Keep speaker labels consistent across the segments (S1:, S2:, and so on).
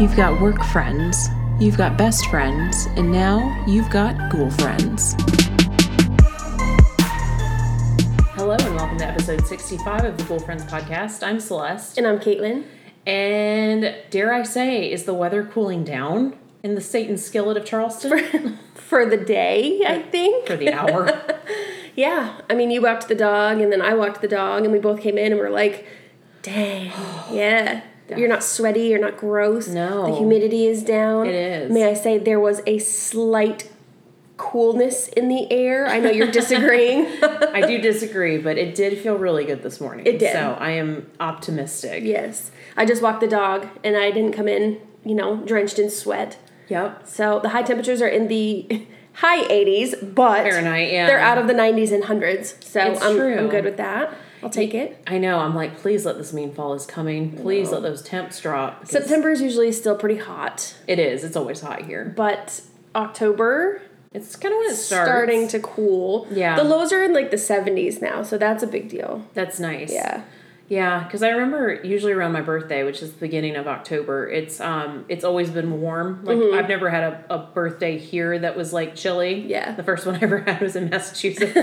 S1: You've got work friends, you've got best friends, and now you've got ghoul friends. Hello, and welcome to episode 65 of the Ghoul Friends podcast. I'm Celeste.
S2: And I'm Caitlin.
S1: And dare I say, is the weather cooling down in the Satan skillet of Charleston?
S2: For the day, I think.
S1: For the hour.
S2: yeah. I mean, you walked the dog, and then I walked the dog, and we both came in and we're like, dang, yeah. You're not sweaty, you're not gross.
S1: No.
S2: The humidity is down.
S1: It is.
S2: May I say, there was a slight coolness in the air. I know you're disagreeing.
S1: I do disagree, but it did feel really good this morning.
S2: It did.
S1: So I am optimistic.
S2: yes. I just walked the dog, and I didn't come in, you know, drenched in sweat.
S1: Yep.
S2: So the high temperatures are in the high 80s, but
S1: Fahrenheit, yeah.
S2: they're out of the 90s and hundreds. So
S1: It's
S2: I'm,
S1: true.
S2: I'm good with that. I'll take it.
S1: I know. I'm like, please let this mean fall is coming. Please let those temps drop. because
S2: September is usually still pretty hot,
S1: It is. It's always hot here.
S2: but October
S1: It's kind of when it starts.
S2: starting to cool.
S1: Yeah.
S2: The lows are in like the 70s now, so that's a big deal.
S1: That's nice.
S2: Yeah.
S1: Yeah, because I remember usually around my birthday, which is the beginning of October, it's um it's always been warm. Like
S2: Mm-hmm.
S1: I've never had a, a birthday here that was like chilly.
S2: Yeah.
S1: The first one I ever had was in Massachusetts.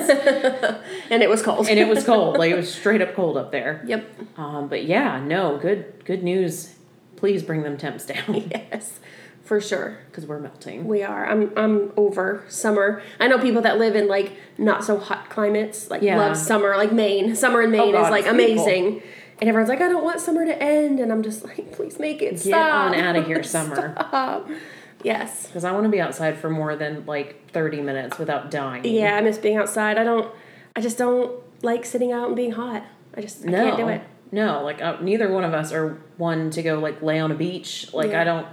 S2: And it was cold.
S1: and it was cold. Like it was straight up cold up there.
S2: yep.
S1: Um, but yeah, no, good good news. Please bring them temps down
S2: Yes. For sure.
S1: because we're melting.
S2: We are. I'm I'm over summer. I know people that live in like not so hot climates, like
S1: Yeah. Oh,
S2: love summer, like Maine. Summer in Maine
S1: God,
S2: is like
S1: it's beautiful.
S2: amazing. And everyone's like, I don't want summer to end, and I'm just like, please make it
S1: Get
S2: stop.
S1: on out of here, summer,
S2: Stop. Yes.
S1: because I want to be outside for more than like thirty minutes without dying.
S2: Yeah, I miss being outside. I don't I just don't like sitting out and being hot. I just I can't do it.
S1: No, like uh, neither one of us are one to go like lay on a beach. Like
S2: Yeah.
S1: I don't.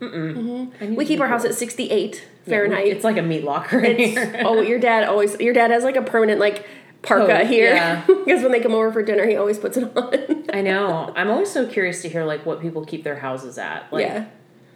S1: Mm-mm. I need
S2: We
S1: to
S2: keep
S1: be
S2: our house
S1: cool.
S2: at 68
S1: Yeah,
S2: Fahrenheit.
S1: It's like a meat locker in here.
S2: oh, your dad always your dad has like a permanent like parka
S1: Coat, yeah.
S2: here because when they come over for dinner, he always puts it on.
S1: I know. I'm always so curious to hear like what people keep their houses at. Like,
S2: yeah.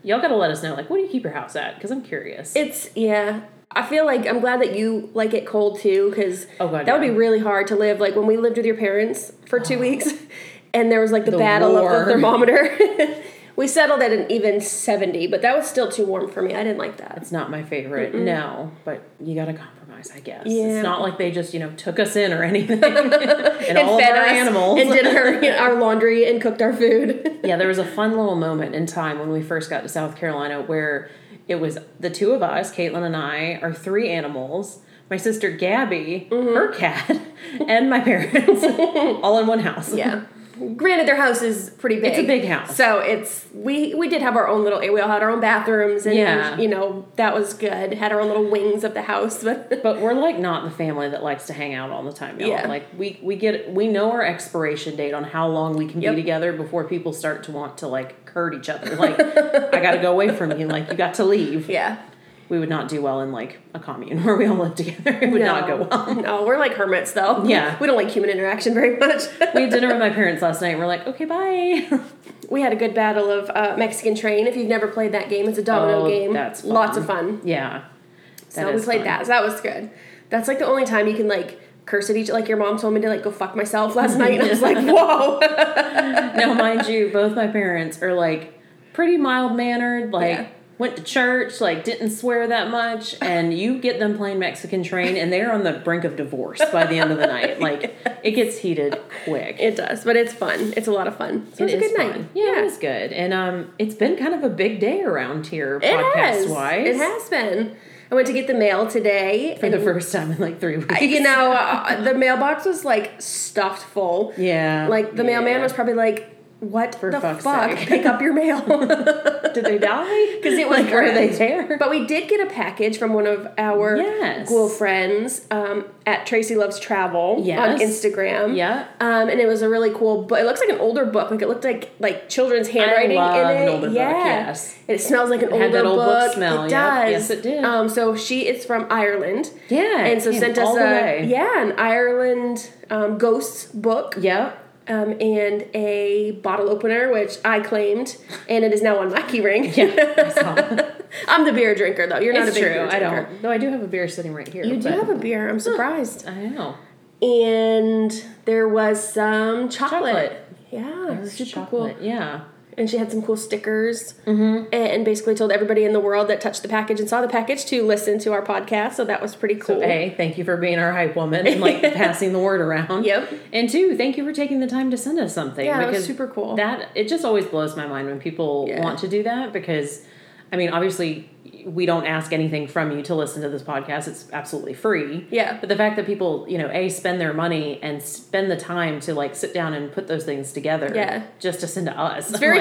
S1: y'all gotta let us know. Like, what do you keep your house at? Because I'm curious.
S2: It's yeah. I feel like I'm glad that you like it cold too, because
S1: Oh, God,
S2: that would
S1: yeah.
S2: be really hard to live. Like when we lived with your parents for two weeks, and there was like the, battle
S1: war.
S2: of the thermometer. we settled at an even seventy, but that was still too warm for me. I didn't like that.
S1: it's not my favorite. No, but you gotta compromise, I guess. It's
S2: Yeah.
S1: not like they just you know took us in or anything, and, all of our
S2: us
S1: animals
S2: and did our, our laundry and cooked our food.
S1: yeah, there was a fun little moment in time when we first got to South Carolina where it was the two of us, Caitlin and I, our three animals, my sister Gabby,
S2: Mm-hmm.
S1: her cat, and my parents, all in one house.
S2: yeah. Granted, their house is pretty big.
S1: It's a big house.
S2: so it's we we did have our own little. We all had our own bathrooms, and
S1: Yeah.
S2: you know that was good. Had our own little wings of the house, but
S1: But we're like not the family that likes to hang out all the time, y'all.
S2: Yeah.
S1: Like we we get we know our expiration date on how long we can
S2: Yep.
S1: be together before people start to want to like hurt each other. Like I got to go away from you. Like you got to leave.
S2: yeah.
S1: We would not do well in like a commune where we all live together. It would not go well.
S2: No, we're like hermits though.
S1: Yeah.
S2: We don't like human interaction very much.
S1: we had dinner with my parents last night and we're like, okay, bye.
S2: we had a good battle of uh, Mexican Train. If you've never played that game, it's a domino
S1: Oh,
S2: game.
S1: that's fun.
S2: lots of fun.
S1: Yeah. That
S2: so we
S1: is
S2: played
S1: fun.
S2: that. So that was good. That's like the only time you can like curse at each like your mom told me to like go fuck myself last night and I was like, "Whoa."
S1: now, mind you, both my parents are like pretty mild mannered, like
S2: Yeah.
S1: went to church, like didn't swear that much. And you get them playing Mexican Train and they're on the brink of divorce by the end of the night. Like it gets heated quick.
S2: it does, but it's fun. It's a lot of fun. So it was a
S1: is
S2: good night.
S1: fun. Yeah, it was good. And um, it's been kind of a big day around here,
S2: It has.
S1: podcast wise.
S2: It has been. I went to get the mail today
S1: For the first time in like three weeks.
S2: you know, uh, the mailbox was like stuffed full.
S1: Yeah.
S2: Like the mailman
S1: Yeah.
S2: was probably like, "What the
S1: fuck's
S2: fuck?
S1: sake."
S2: Pick up your mail."
S1: Did they die? Because
S2: it was
S1: like, were they
S2: red.
S1: there?
S2: but we did get a package from one of our
S1: Yes.
S2: ghoul friends um, at Tracy Loves Travel on
S1: Yes.
S2: Instagram.
S1: Yeah.
S2: Um, and it was a really cool book. It looks like an older book. Like it looked like like children's handwriting
S1: love
S2: in it.
S1: an older book,
S2: yeah.
S1: yes.
S2: And it smells like an
S1: had
S2: older
S1: that old book
S2: book.
S1: smell,
S2: It
S1: yeah.
S2: does.
S1: Yes, it did.
S2: Um, so she is from Ireland.
S1: Yeah, it
S2: And so
S1: came
S2: sent us
S1: all
S2: a
S1: the way.
S2: yeah an Ireland um, ghosts book.
S1: Yep.
S2: um, and a bottle opener, which I claimed, and it is now on my keyring.
S1: Yeah, I saw.
S2: I'm the beer drinker though. You're not
S1: It's
S2: a big
S1: true.
S2: beer
S1: I
S2: drinker.
S1: don't. Though I do have a beer sitting right here.
S2: You do have a beer. I'm surprised.
S1: I know.
S2: And there was some chocolate.
S1: Chocolate.
S2: Yeah, super
S1: Chocolate. Yeah.
S2: cool. and she had some cool stickers mm-hmm. and basically told everybody in the world that touched the package and saw the package to listen to our podcast. So that was pretty cool.
S1: A, thank you for being our hype woman and like passing the word around.
S2: Yep.
S1: And two, thank you for taking the time to send us something.
S2: Yeah, that was super cool.
S1: That it just always blows my mind when people
S2: Yeah.
S1: want to do that because, I mean, obviously we don't ask anything from you to listen to this podcast. It's absolutely free.
S2: Yeah.
S1: But the fact that people, you know, a spend their money and spend the time to like sit down and put those things together.
S2: Yeah.
S1: Just to send to us.
S2: It's very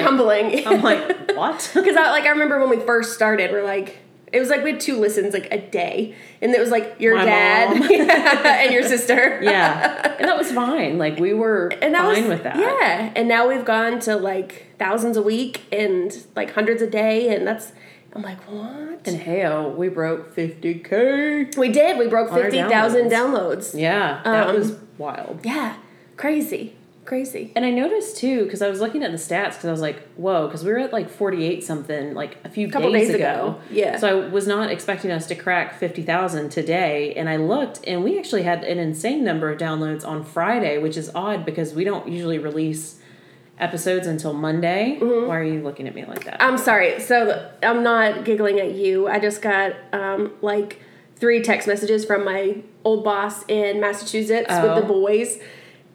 S2: humbling.
S1: I'm like, what?
S2: Because I like I remember when we first started, we're like it was like we had two listens like a day, and it was like your
S1: My
S2: dad
S1: mom.
S2: and your sister.
S1: yeah, and that was fine. Like we were
S2: and that
S1: fine
S2: was,
S1: with that.
S2: Yeah, and now we've gone to like thousands a week and like hundreds a day, and that's I'm like what?
S1: And heyo, we broke fifty k.
S2: we did. We broke
S1: our
S2: fifty thousand downloads.
S1: Yeah, that
S2: Um,
S1: was wild.
S2: Yeah, crazy, crazy.
S1: And I noticed too because I was looking at the stats because I was like, whoa, because we were at like forty eight something like a few
S2: Couple
S1: days,
S2: days
S1: ago.
S2: ago. Yeah.
S1: So I was not expecting us to crack fifty thousand today, and I looked, and we actually had an insane number of downloads on Friday, which is odd because we don't usually release episodes until Monday.
S2: Mm-hmm.
S1: Why are you looking at me like that?
S2: I'm sorry. So I'm not giggling at you. I just got um, like three text messages from my old boss in Massachusetts
S1: Oh.
S2: with the boys.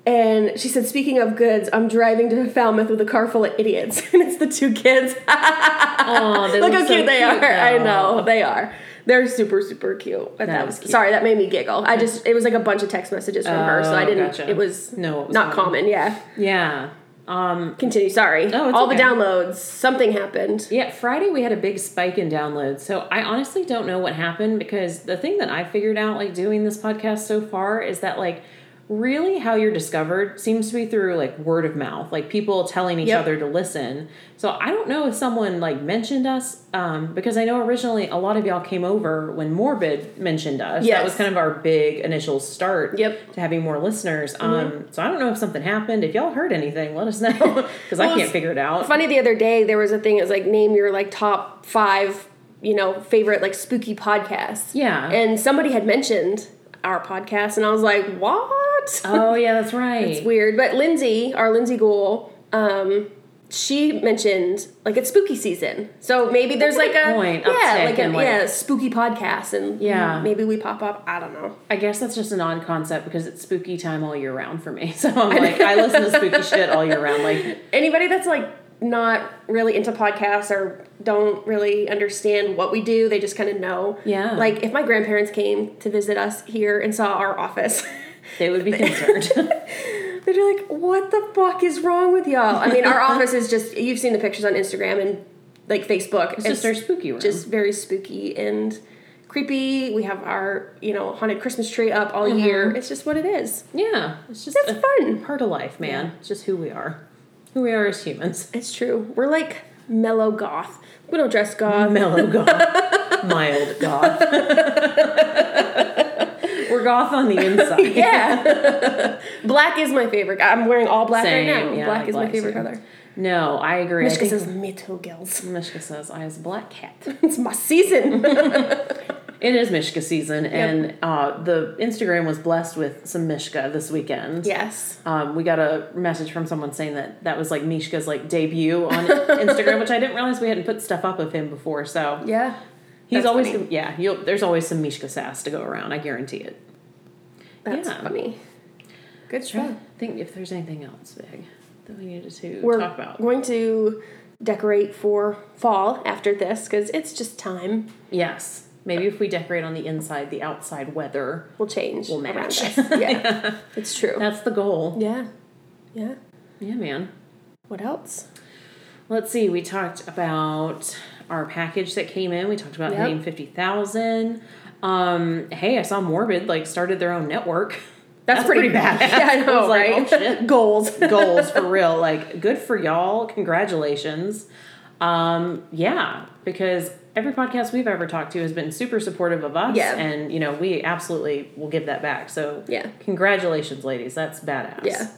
S2: And she said, speaking of goods, I'm driving to Falmouth with a car full of idiots. and it's the two kids.
S1: Aw, they
S2: Look how
S1: so
S2: cute they are. I
S1: though.
S2: know. They are. They're super, super cute. But
S1: That
S2: that,
S1: is
S2: was
S1: cute.
S2: Sorry, that made me giggle. I just, it was like a bunch of text messages from her. So I
S1: Oh,
S2: didn't,
S1: gotcha.
S2: it was
S1: No, it was
S2: not
S1: common.
S2: common. Yeah.
S1: Yeah. Um,
S2: Continue. Sorry.
S1: No, it's
S2: All
S1: okay.
S2: the downloads, something happened.
S1: yeah, Friday we had a big spike in downloads. So I honestly don't know what happened because the thing that I figured out like doing this podcast so far is that like really how you're discovered seems to be through like word of mouth, like people telling each
S2: Yep.
S1: other to listen. So I don't know if someone like mentioned us um, because I know originally a lot of y'all came over when Morbid mentioned us. That
S2: Yes.
S1: was kind of our big initial start
S2: Yep. Mm-hmm.
S1: to having more listeners. Um, so I don't know if something happened. If y'all heard anything, let us know because I
S2: Well,
S1: can't figure it out.
S2: funny the other day there was a thing it was like name your like top five you know favorite like spooky podcasts
S1: Yeah.
S2: and somebody had mentioned our podcast and i was like what
S1: Oh yeah, that's right.
S2: it's weird but lindsay our lindsay gould um she mentioned like it's spooky season so maybe there's
S1: That's a
S2: like
S1: good
S2: a
S1: point. Uptick
S2: yeah like a
S1: in, like-
S2: yeah spooky podcast and
S1: Yeah.
S2: maybe we pop up i don't know
S1: I guess that's just an odd concept because it's spooky time all year round for me. So I'm like, I listen to spooky shit all year round. Like,
S2: anybody that's like not really into podcasts or don't really understand what we do, they just kind of know.
S1: Yeah.
S2: Like if my grandparents came to visit us here and saw our office,
S1: they would be concerned.
S2: they'd be like, "What the fuck is wrong with y'all?" I mean, our office is just—you've seen the pictures on Instagram and like Facebook.
S1: it's just our spooky room.
S2: just very spooky and creepy. We have our you know haunted Christmas tree up
S1: Mm-hmm.
S2: all year. It's just what it is.
S1: yeah, it's just
S2: It's
S1: a
S2: fun.
S1: part of life, man. It's just who we are, who we are as humans.
S2: It's true. We're like mellow goth. We don't dress goth.
S1: Mellow goth, mild goth. We're goth on the inside.
S2: Yeah. black is my favorite. I'm wearing all black right
S1: Same,
S2: now.
S1: yeah,
S2: black is my
S1: black's
S2: favorite
S1: too.
S2: color.
S1: No, I agree. I
S2: Mishka
S1: think
S2: says, me too, girls.
S1: Mishka says I is a black cat.
S2: it's my season.
S1: It is Mishka season, and uh, the Instagram was blessed with some Mishka this weekend.
S2: yes.
S1: Um, we got a message from someone saying that that was like Mishka's like debut on Instagram, which I didn't realize we hadn't put stuff up of him before. So
S2: Yeah.
S1: he's
S2: That's
S1: always
S2: funny.
S1: yeah. You'll, there's always some Mishka sass to go around. I guarantee it.
S2: That's
S1: Yeah.
S2: funny. Good
S1: I
S2: show.
S1: think if there's anything else big that we needed to
S2: We're
S1: talk about.
S2: going to decorate for fall after this because it's just time
S1: Yes, maybe if we decorate on the inside, the outside weather.
S2: will change.
S1: We'll
S2: around
S1: match.
S2: us. Yeah. It's true.
S1: That's the goal.
S2: yeah. Yeah.
S1: Yeah, man.
S2: What else?
S1: Let's see. We talked about our package that came in. We talked about
S2: Yep.
S1: hitting fifty thousand. Um, hey, I saw Morbid like started their own network.
S2: That's, pretty, bad. Yeah, I know,
S1: was like,
S2: right?
S1: oh, shit.
S2: Goals.
S1: Goals for real. Like, good for y'all. Congratulations. Um, yeah, because every podcast we've ever talked to has been super supportive of us,
S2: Yeah.
S1: and you know we absolutely will give that back. So
S2: Yeah.
S1: congratulations, ladies. That's badass.
S2: Yeah.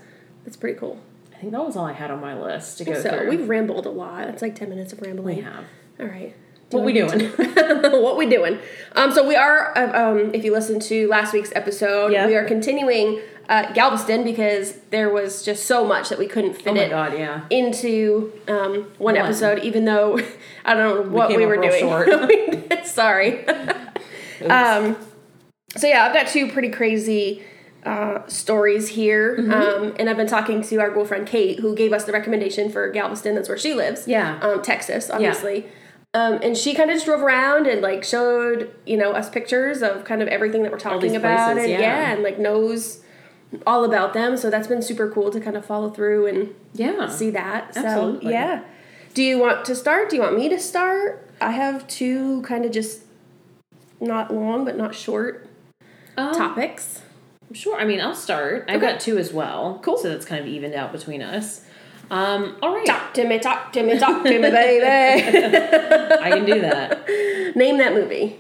S2: That's pretty cool.
S1: I think that was all I had on my list to go
S2: So
S1: through.
S2: we've rambled a lot. It's like ten minutes of rambling.
S1: we have.
S2: All right.
S1: What we doing?
S2: what um, we doing? Um, so we are. uh, Um, if you listen to last week's episode,
S1: Yeah.
S2: we are continuing uh, Galveston because there was just so much that we couldn't fit
S1: Oh my
S2: it
S1: god, yeah.
S2: into um, one
S1: One.
S2: episode, even though I don't know what we,
S1: came up
S2: were
S1: real
S2: doing.
S1: short.
S2: Sorry. um, so yeah, I've got two pretty crazy uh, stories here,
S1: Mm-hmm.
S2: um, and I've been talking to our girlfriend Kate, who gave us the recommendation for Galveston. That's where she lives.
S1: Yeah.
S2: um, Texas, obviously. Um, and she kind of just drove around and like showed you know us pictures of kind of everything that we're talking
S1: these
S2: about,
S1: places,
S2: and
S1: yeah.
S2: and like knows all about them. So that's been super cool to kind of follow through and
S1: Yeah.
S2: see that. So
S1: Absolutely.
S2: yeah. Do you want to start? Do you want me to start? I have two kind of just not long but not short
S1: Um,
S2: topics.
S1: Sure. I mean, I'll start. I've
S2: Okay.
S1: got two as well. Cool. So that's kind of evened out between us. Um, all right.
S2: Talk to me, talk to me, talk to me, baby.
S1: I can do that.
S2: Name that movie.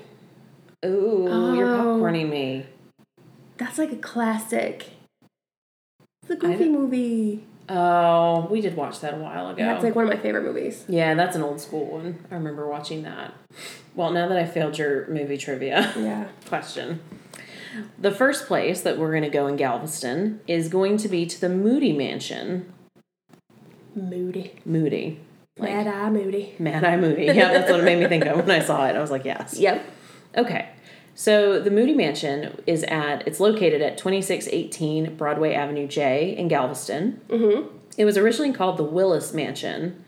S1: Ooh, you're
S2: Oh.
S1: popcorning me.
S2: That's like a classic. It's a
S1: I
S2: goofy movie.
S1: Oh, we did watch that a while ago.
S2: That's like one of my favorite movies.
S1: yeah, that's an old school one. I remember watching that. Well, now that I failed your movie trivia
S2: Yeah.
S1: question, the first place that we're going to go in Galveston is going to be to the Moody Mansion.
S2: Moody.
S1: Moody. Like-
S2: Mad Eye Moody.
S1: Mad Eye Moody. Yeah, that's what it made me think of when I saw it. I was like, yes.
S2: Yep.
S1: Okay. So the Moody Mansion is at it's located at 2618 Broadway Avenue J in Galveston. Mm-hmm. It was originally called the Willis Mansion,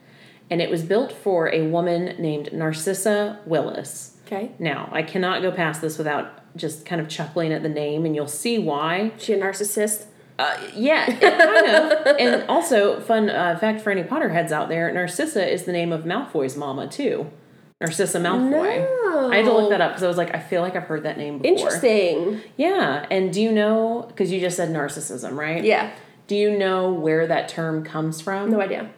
S1: and it was built for a woman named Narcissa Willis.
S2: Okay.
S1: Now, I cannot go past this without just kind of chuckling at the name, and you'll see why.
S2: She a narcissist.
S1: Uh, yeah, it kind of. And also, fun uh, fact for any Potterheads out there: Narcissa is the name of Malfoy's mama too. Narcissa Malfoy. I had to look that up because I was like, I feel like I've heard that name before.
S2: Oh. Interesting.
S1: Yeah, and do you know? Because you just said narcissism, right?
S2: Yeah.
S1: Do you know where that term comes from?
S2: No idea.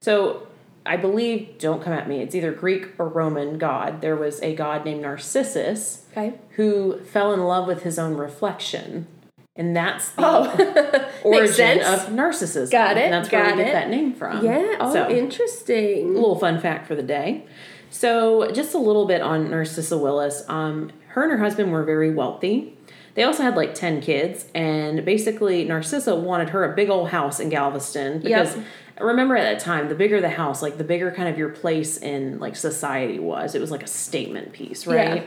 S1: So I believe, don't come at me. It's either Greek or Roman god. There was a god named Narcissus
S2: Okay.
S1: who fell in love with his own reflection. And that's the
S2: Oh,
S1: origin
S2: sense.
S1: of narcissism.
S2: Got it,
S1: And that's where
S2: got
S1: we
S2: it.
S1: get that name from.
S2: Yeah. Oh,
S1: So,
S2: interesting.
S1: little fun fact for the day. So, just a little bit on Narcissa Willis. Um, her and her husband were very wealthy. They also had like 10 kids, and basically, Narcissa wanted her a big old house in Galveston because remember at that time, the bigger the house, like the bigger kind of your place in like society was. It was like a statement piece, right?
S2: Yeah.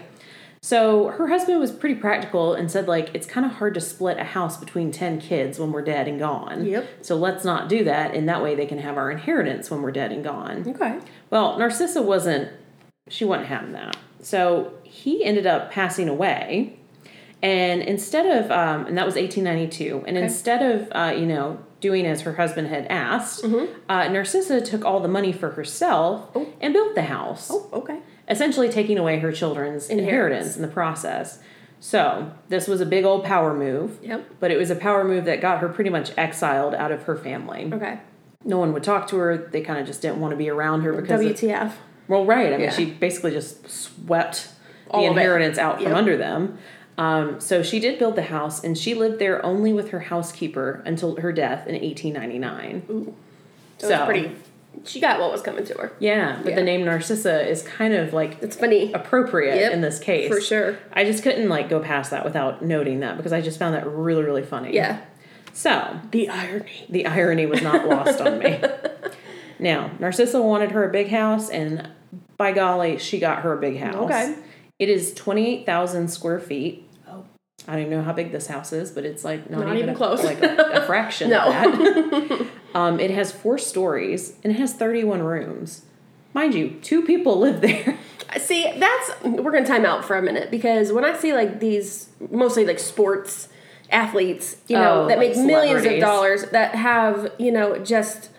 S1: So her husband was pretty practical and said like it's kind of hard to split a house between 10 kids when we're dead and gone.
S2: Yep.
S1: So let's not do that and that way they can have our inheritance when we're dead and gone.
S2: Okay.
S1: Well, Narcissa wasn't, she wasn't having that. So he ended up passing away. And instead of, um, and that was 1892, and instead of, uh, you know, doing as her husband had asked, uh, Narcissa took all the money for herself
S2: Mm-hmm. Oh.
S1: and built the house,
S2: Okay.
S1: essentially taking away her children's
S2: Inheritance.
S1: inheritance in the process. So this was a big old power move,
S2: Yep.
S1: but it was a power move that got her pretty much exiled out of her family.
S2: Okay.
S1: No one would talk to her. They kind of just didn't want to be around her because of-
S2: WTF.
S1: well, right. I mean,
S2: Yeah.
S1: she basically just swept
S2: All
S1: the
S2: of it.
S1: inheritance out from
S2: Yep.
S1: under them. Um, so she did build the house, and she lived there only with her housekeeper until her death in 1899.
S2: So, it's pretty. She got what was coming to her.
S1: Yeah, but
S2: Yeah.
S1: the name Narcissa is kind of like
S2: It's funny.
S1: appropriate
S2: Yep,
S1: in this case
S2: for sure.
S1: I just couldn't like go past that without noting that because I just found that really really funny.
S2: Yeah.
S1: So
S2: The irony.
S1: the irony was not lost on me. Now, Narcissa wanted her a big house, and by golly, she got her a big house.
S2: Okay.
S1: It is 28,000 square feet.
S2: Oh.
S1: I don't even know how big this house is, but it's like not,
S2: Not even
S1: a-
S2: close.
S1: Like a, a fraction
S2: No.
S1: of that. um, it has four stories and it has 31 rooms. Mind you, two people live there.
S2: See, that's we're gonna time out for a minute because when I see like these mostly like sports athletes, you know,
S1: Oh,
S2: that
S1: like
S2: make millions of
S1: celebrities.
S2: dollars that have you know just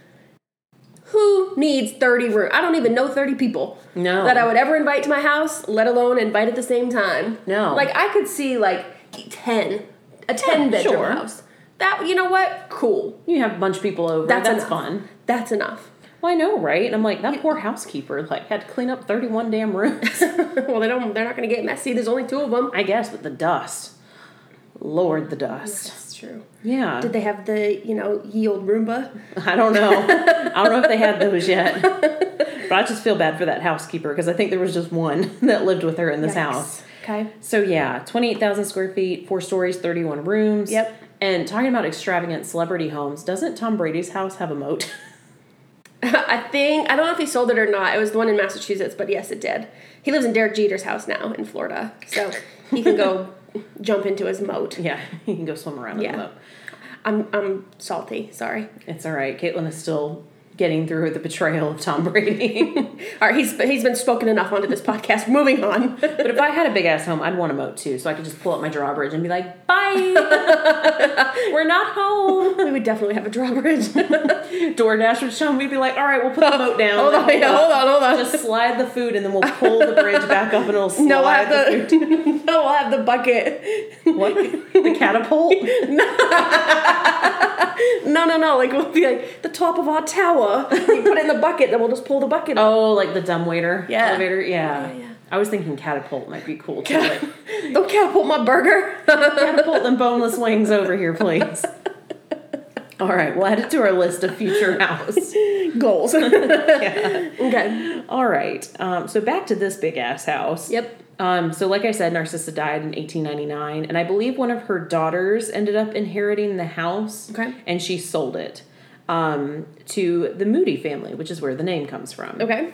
S2: who needs thirty room? I don't even know thirty people.
S1: No.
S2: that I would ever invite to my house, let alone invite at the same time.
S1: No.
S2: Like I could see like ten, a ten bedroom
S1: sure.
S2: house. That you know what? Cool.
S1: you have a bunch of people over.
S2: That's
S1: That's,
S2: enough.
S1: fun.
S2: That's enough.
S1: Well, I know, right? And I'm like, that poor housekeeper like had to clean up 31 damn rooms.
S2: well, they don't. They're not going to get messy. There's only two of them.
S1: I guess, but the dust. Lord, the dust.
S2: That's true.
S1: Yeah.
S2: Did they have the you know ye old Roomba?
S1: I don't know. I don't know if they had those yet. But I just feel bad for that housekeeper because I think there was just one that lived with her in this house.
S2: Okay.
S1: So yeah, 28,000 square feet, four stories, 31 rooms.
S2: Yep.
S1: And talking about extravagant celebrity homes, doesn't Tom Brady's house have a moat?
S2: I think I don't know if he sold it or not. It was the one in Massachusetts, but yes, it did. He lives in Derek Jeter's house now in Florida, so he can go jump into his moat.
S1: yeah, you can go swim around in
S2: Yeah.
S1: the moat.
S2: I'm I'm salty. Sorry.
S1: It's all right. Caitlin is still getting through the betrayal of Tom Brady.
S2: All right, he's he's been spoken enough onto this podcast. Moving on.
S1: but if I had a big ass home, I'd want a moat too, so I could just pull up my drawbridge and be like, "Bye, we're not home."
S2: we would definitely have a drawbridge.
S1: DoorDash would show me, be like, "All right, we'll put the moat down."
S2: hold on, yeah, hold on, hold on.
S1: Just slide the food, and then we'll pull the bridge back up, and it'll slide
S2: no, we'll have
S1: the food.
S2: the no, we'll have the bucket.
S1: What? The catapult?
S2: No, no, no. Like we'll be like the top of our tower. You put it in the bucket, then we'll just pull the bucket. up.
S1: Oh, like the dumb waiter
S2: Yeah.
S1: elevator? Yeah.
S2: Yeah, yeah.
S1: I was thinking catapult might be cool too. Like,
S2: Don't catapult my burger.
S1: catapult them boneless wings over here, please. All right, we'll add it to our list of future house.
S2: Goals.
S1: Yeah.
S2: okay.
S1: All right, um, so back to this big ass house.
S2: Yep.
S1: Um, so, like I said, Narcissa died in 1899, and I believe one of her daughters ended up inheriting the house.
S2: Okay.
S1: And she sold it um, to the Moody family, which is where the name comes from.
S2: Okay.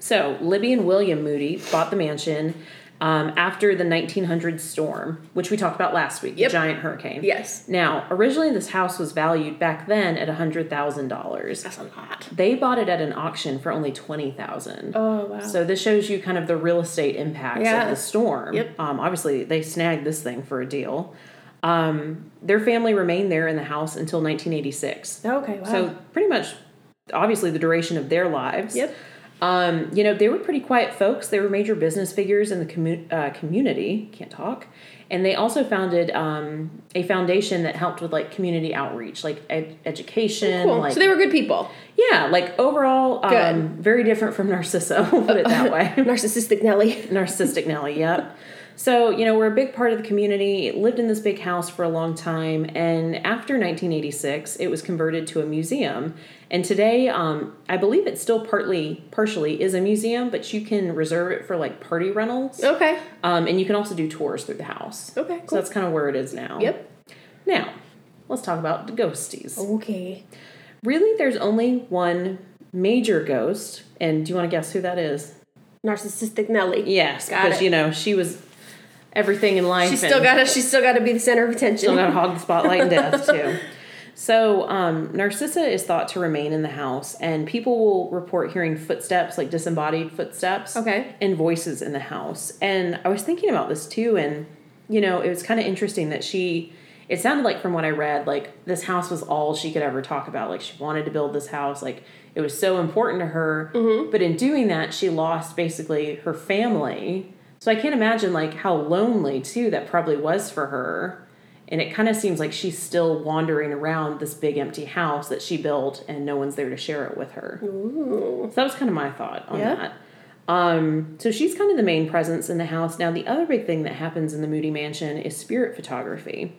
S1: So Libby and William Moody bought the mansion um, after the 1900 storm, which we talked about last week,
S2: Yep.
S1: the giant hurricane.
S2: Yes.
S1: Now, originally this house was valued back then at $100,000.
S2: That's a lot.
S1: They bought it at an auction for only 20000
S2: Oh wow.
S1: So this shows you kind of the real estate impacts
S2: Yeah.
S1: of the storm.
S2: Yep.
S1: Um, obviously, they snagged this thing for a deal. Um, their family remained there in the house until 1986.
S2: okay. Oh, Wow.
S1: So pretty much, obviously, the duration of their lives.
S2: Yep.
S1: Um, you know, they were pretty quiet folks. They were major business figures in the commu- uh, community. Can't talk. And they also founded um, a foundation that helped with like community outreach, like ed- education.
S2: Oh, cool.
S1: Like,
S2: so they were good people.
S1: yeah, like overall,
S2: Good.
S1: um, very different from Narcissa. we'll put it that way.
S2: Narcissistic Nelly.
S1: Narcissistic Nelly, yep. So, you know, we're a big part of the community, lived in this big house for a long time, and after 1986, it was converted to a museum. And today, um, I believe it still partly, partially is a museum, but you can reserve it for like party rentals.
S2: Okay.
S1: Um, and you can also do tours through the house.
S2: Okay,
S1: So
S2: cool.
S1: that's kind of where it is now.
S2: Yep. Oh.
S1: Now, let's talk about the ghosties.
S2: Okay.
S1: Really, there's only one major ghost, and do you want to guess who that is?
S2: Narcissistic Nelly.
S1: Yes,
S2: Got
S1: because
S2: it.
S1: you know she was everything in life.
S2: She's
S1: and
S2: still gotta she's still gotta be the center of attention.
S1: still got to hog the spotlight and death too. So um, Narcissa is thought to remain in the house, and people will report hearing footsteps, like disembodied footsteps,
S2: Okay.
S1: and voices in the house. And I was thinking about this too, and you know, it was kind of interesting that she. It sounded like from what I read, like this house was all she could ever talk about. Like she wanted to build this house, like it was so important to her.
S2: Mm-hmm.
S1: But in doing that, she lost basically her family. So I can't imagine like how lonely too that probably was for her. And it kind of seems like she's still wandering around this big empty house that she built and no one's there to share it with her.
S2: Ooh.
S1: So that was kind of my thought on
S2: Yeah.
S1: that. Um, so she's kind of the main presence in the house. Now, the other big thing that happens in the Moody Mansion is spirit photography.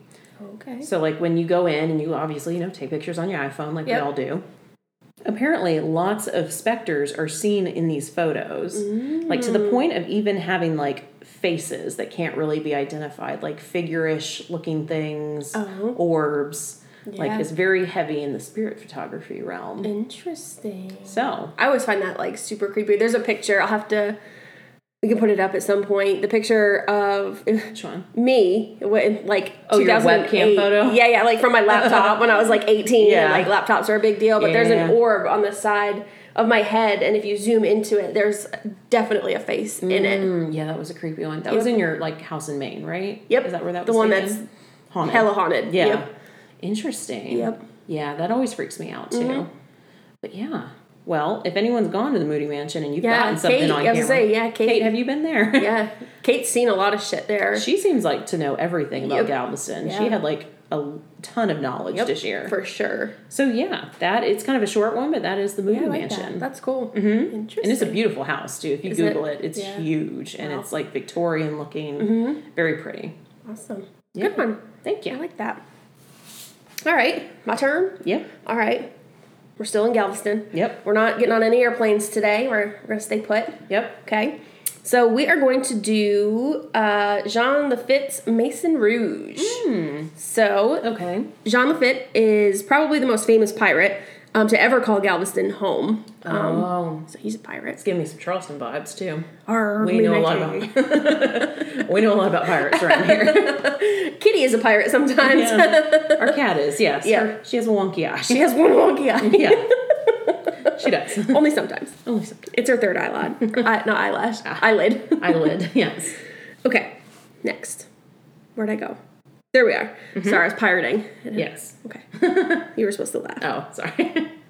S2: Okay.
S1: So, like when you go in and you obviously, you know, take pictures on your iPhone, like
S2: Yep.
S1: we all do. Apparently, lots of specters are seen in these photos, like to
S2: Mm.
S1: the point of even having like faces that can't really be identified, like figure-ish looking things,
S2: Oh.
S1: orbs.
S2: Yeah.
S1: Like it's very heavy in the spirit photography realm.
S2: Interesting.
S1: So
S2: I always find that like super creepy. There's a picture, I'll have to we can put it up at some point. The picture of
S1: which one?
S2: me when like
S1: Oh, your webcam
S2: 2008.
S1: photo?
S2: Yeah, yeah, like from my laptop when I was like 18
S1: Yeah.
S2: and like laptops are a big deal, but there's
S1: Yeah.
S2: an orb on the side of my head and if you zoom into it, there's definitely a face in it.
S1: Mm, yeah, that was a creepy one. That was in your like house in Maine, right?
S2: Yep.
S1: Is that where that
S2: The
S1: was
S2: one
S1: taken?
S2: that's
S1: haunted?
S2: Hella haunted.
S1: Yeah.
S2: Yep.
S1: Interesting.
S2: Yep. Mm-hmm.
S1: Yeah, that always freaks me out too. But yeah. Well, if anyone's gone to the Moody Mansion and you've
S2: Yeah,
S1: gotten something
S2: Kate,
S1: on
S2: I
S1: camera,
S2: was gonna say, yeah, Kate.
S1: Kate, have you been there?
S2: Yeah. Kate's seen a lot of shit there.
S1: she seems like to know everything about
S2: Yep.
S1: Galveston.
S2: Yeah.
S1: She had like a ton of knowledge to share.
S2: For sure.
S1: so yeah, that it's kind of a short one, but that is the Moody
S2: I like
S1: Mansion.
S2: that. That's cool. Mm-hmm. Interesting.
S1: and it's a beautiful house too. If you
S2: Is it?
S1: Google it, it's
S2: Yeah.
S1: huge and
S2: Wow. Mm-hmm.
S1: it's like Victorian looking, very pretty.
S2: awesome.
S1: Yeah.
S2: Good one.
S1: Thank
S2: I
S1: you.
S2: like that. All right, my turn.
S1: Yep.
S2: All right, we're still in Galveston.
S1: Yep.
S2: We're not getting on any airplanes today. We're, we're gonna stay put.
S1: Yep.
S2: Okay. So we are going to do uh, Jean Lafitte's Mason Rouge.
S1: Hmm.
S2: So
S1: Okay.
S2: Jean Lafitte is probably the most famous pirate um, to ever call Galveston home. Um,
S1: oh,
S2: so he's a pirate.
S1: give me some Charleston vibes too.
S2: Arr,
S1: We know a lot
S2: midnight
S1: about. we know a lot about pirates around here.
S2: king. Kitty is a pirate sometimes.
S1: Yeah. Our cat is yes.
S2: Yeah.
S1: Her- she has a wonky eye.
S2: She has one wonky eye.
S1: yeah. She does. Oh,
S2: Only sometimes.
S1: Only some-
S2: It's her third eyelid. I, not eyelash. Eyelid.
S1: Ah. eyelid. Yes.
S2: okay. Next. Where'd I go? There we are.
S1: Mm-hmm.
S2: Sorry, I was pirating.
S1: Yes.
S2: Okay. you were supposed to laugh.
S1: Oh, sorry.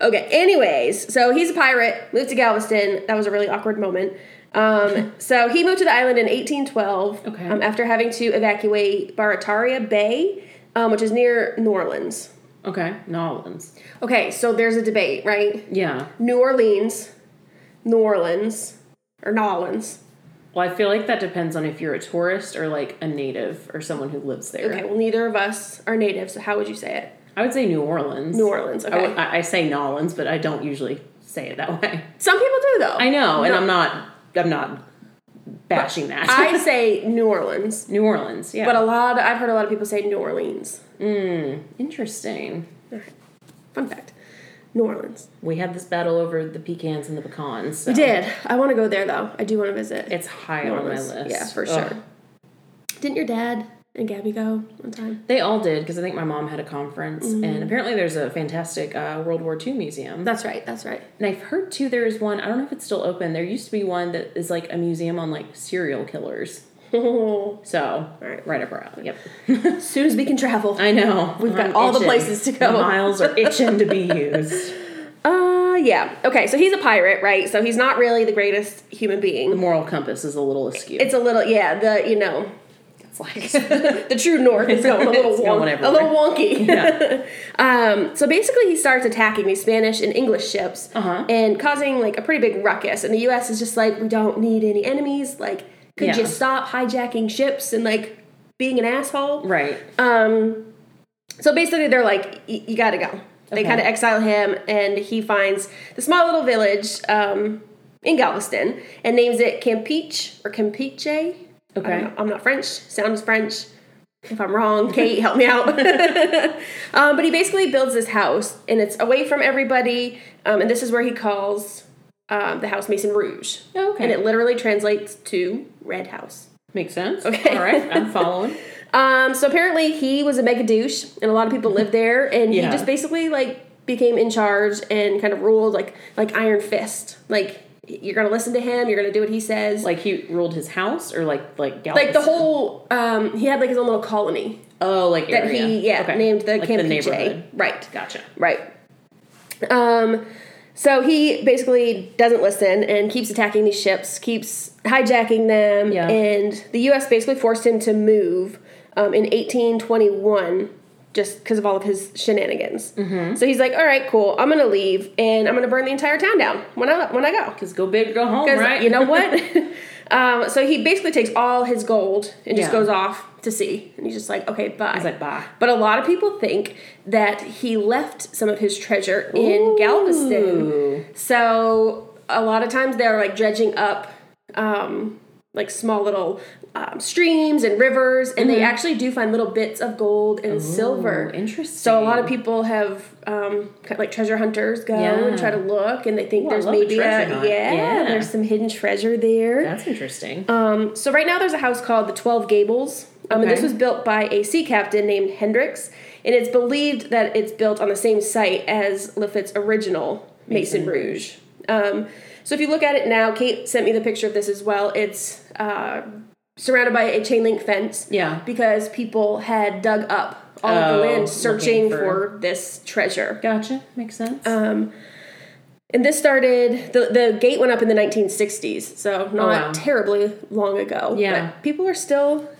S2: Okay. Anyways, so he's a pirate, moved to Galveston. That was a really awkward moment. Um, so he moved to the island in 1812
S1: Okay.
S2: um, after having to evacuate Barataria Bay, um, which is near New Orleans.
S1: Okay. New Orleans.
S2: Okay, so there's a debate, right?
S1: Yeah.
S2: New Orleans, New Orleans, or New Orleans.
S1: Well, I feel like that depends on if you're a tourist or like a native or someone who lives there.
S2: Okay, well, neither of us are native, so how would you say it?
S1: I would say New Orleans.
S2: New Orleans, okay.
S1: I, would, I, I say New Orleans, but I don't usually say it that way.
S2: Some people do, though.
S1: I know, and
S2: No.
S1: I'm not. I'm not bashing that.
S2: I say New Orleans,
S1: New Orleans. Yeah.
S2: but a lot, I've heard a lot of people say New Orleans.
S1: Interesting.
S2: Fun fact New Orleans.
S1: We had this battle over the pecans and the pecans. So
S2: We did. I want to go there, though. I do want to visit.
S1: It's high
S2: New
S1: on my
S2: Orleans.
S1: list.
S2: Yeah, for
S1: Ugh.
S2: sure. Didn't your dad and Gabby go one time?
S1: They all did because I think my mom had a conference,
S2: Mm-hmm.
S1: and apparently there's a fantastic uh, World War II museum.
S2: That's right, that's right.
S1: And I've heard too there is one. I don't know if it's still open. There used to be one that is like a museum on like serial killers. So
S2: Right.
S1: right up our alley. Yep.
S2: as soon as we can travel.
S1: I know.
S2: We've got all the places to go.
S1: The miles are itching to be used.
S2: Uh, yeah. Okay, so he's a pirate, right? So he's not really the greatest human
S1: The
S2: being.
S1: moral compass is a little askew.
S2: It's a little, yeah, the, you know,
S1: It's like
S2: the true north is going a little
S1: It's going
S2: wonky. A
S1: everywhere.
S2: little wonky.
S1: Yeah.
S2: um, so basically, he starts attacking these Spanish and English ships
S1: Uh-huh.
S2: and causing like a pretty big ruckus. And the U.S. is just like, we don't need any enemies. Like, could
S1: Yeah.
S2: you stop hijacking ships and like being an asshole?
S1: right.
S2: Um, so basically, they're like, y- you gotta go. They
S1: Okay.
S2: kind of exile him, and he finds the small little village um, in Galveston and names it Campeche or Campeche. I don't
S1: Okay.
S2: know. I'm not French. Sounds French. If I'm wrong, Kate, help me out. um, but he basically builds this house, and it's away from everybody. Um, and this is where he calls um, the house Mason Rouge,
S1: Okay.
S2: and it literally translates to Red House.
S1: Makes sense.
S2: Okay.
S1: All right. I'm following.
S2: Um, so apparently he was a mega douche, and a lot of people lived there, and he
S1: Yeah.
S2: just basically like became in charge and kind of ruled like like Iron Fist. Like you're gonna listen to him, you're gonna do what he says. Like,
S1: Like he ruled his house, or like like Galveston?
S2: the whole um, he had like his own little colony
S1: oh like
S2: that
S1: area.
S2: he yeah
S1: Okay.
S2: named the
S1: like
S2: Camp
S1: the
S2: PJ.
S1: neighborhood.
S2: Right,
S1: Gotcha.
S2: right. Um, so he basically doesn't listen and keeps attacking these ships, keeps hijacking them,
S1: Yeah.
S2: and the U.S. basically forced him to move um, in 1821 just because of all of his shenanigans. So he's like, "All right, cool, I'm gonna leave and I'm gonna burn the entire town down when I when I go."
S1: Because go big or go home,
S2: 'Cause
S1: Oh, right?
S2: You know what? um, so he basically takes all his gold and just
S1: Yeah.
S2: goes off to sea, and he's just like, "Okay, bye."
S1: He's like, bye.
S2: But a lot of people think that he left some of his treasure in
S1: Ooh.
S2: Galveston. So a lot of times they're like dredging up um, like small little um, streams and rivers, and they actually do find little bits of gold and
S1: Mm-hmm. Ooh,
S2: silver.
S1: Interesting.
S2: So a lot of people have um, kind of like treasure hunters go and
S1: Yeah.
S2: try to look, and they think
S1: Ooh, I
S2: there's
S1: love a
S2: maybe a,
S1: treasure hunt.
S2: yeah,
S1: Yeah.
S2: there's some hidden treasure there.
S1: That's interesting.
S2: Um, so right now there's a house called the Twelve Gables, um, and this
S1: Okay.
S2: was built by a sea captain named Hendricks, and it's believed that it's built on the same site as Lafitte's original Mason, Rouge. Um, so if you look at it now, Kate sent me the picture of this as well. It's uh, surrounded by a chain link fence
S1: yeah.
S2: because people had dug up all of
S1: Oh,
S2: the land searching
S1: looking for-
S2: for this treasure.
S1: Gotcha. Makes sense.
S2: Um, and this started, the, the gate went up in the 1960s, so not
S1: Oh, wow.
S2: terribly long ago.
S1: Yeah.
S2: But people are still,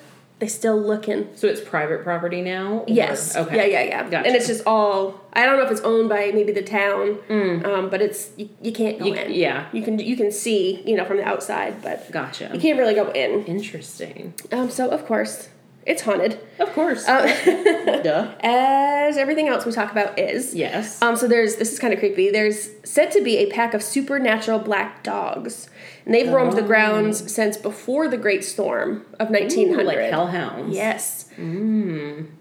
S2: they still looking.
S1: so it's private property now. or-
S2: Yes.
S1: Okay.
S2: Yeah, yeah, yeah.
S1: Gotcha.
S2: And it's just all, I don't know if it's owned by maybe the town, um, but it's, you, you can't go
S1: Mm. You-
S2: in.
S1: yeah.
S2: You can, you can see, you know, from the outside, but
S1: Gotcha.
S2: you can't really go in.
S1: Interesting.
S2: Um, so, of course, It's haunted, Um,
S1: Of course.
S2: Uh,
S1: Duh.
S2: as everything else we talk about is.
S1: Yes.
S2: Um, so there's this is kind of creepy. There's said to be a pack of supernatural black dogs, and they've roamed the grounds since before the Great Storm of 1900.
S1: Oh. Ooh, like Mm. hellhounds.
S2: Yes.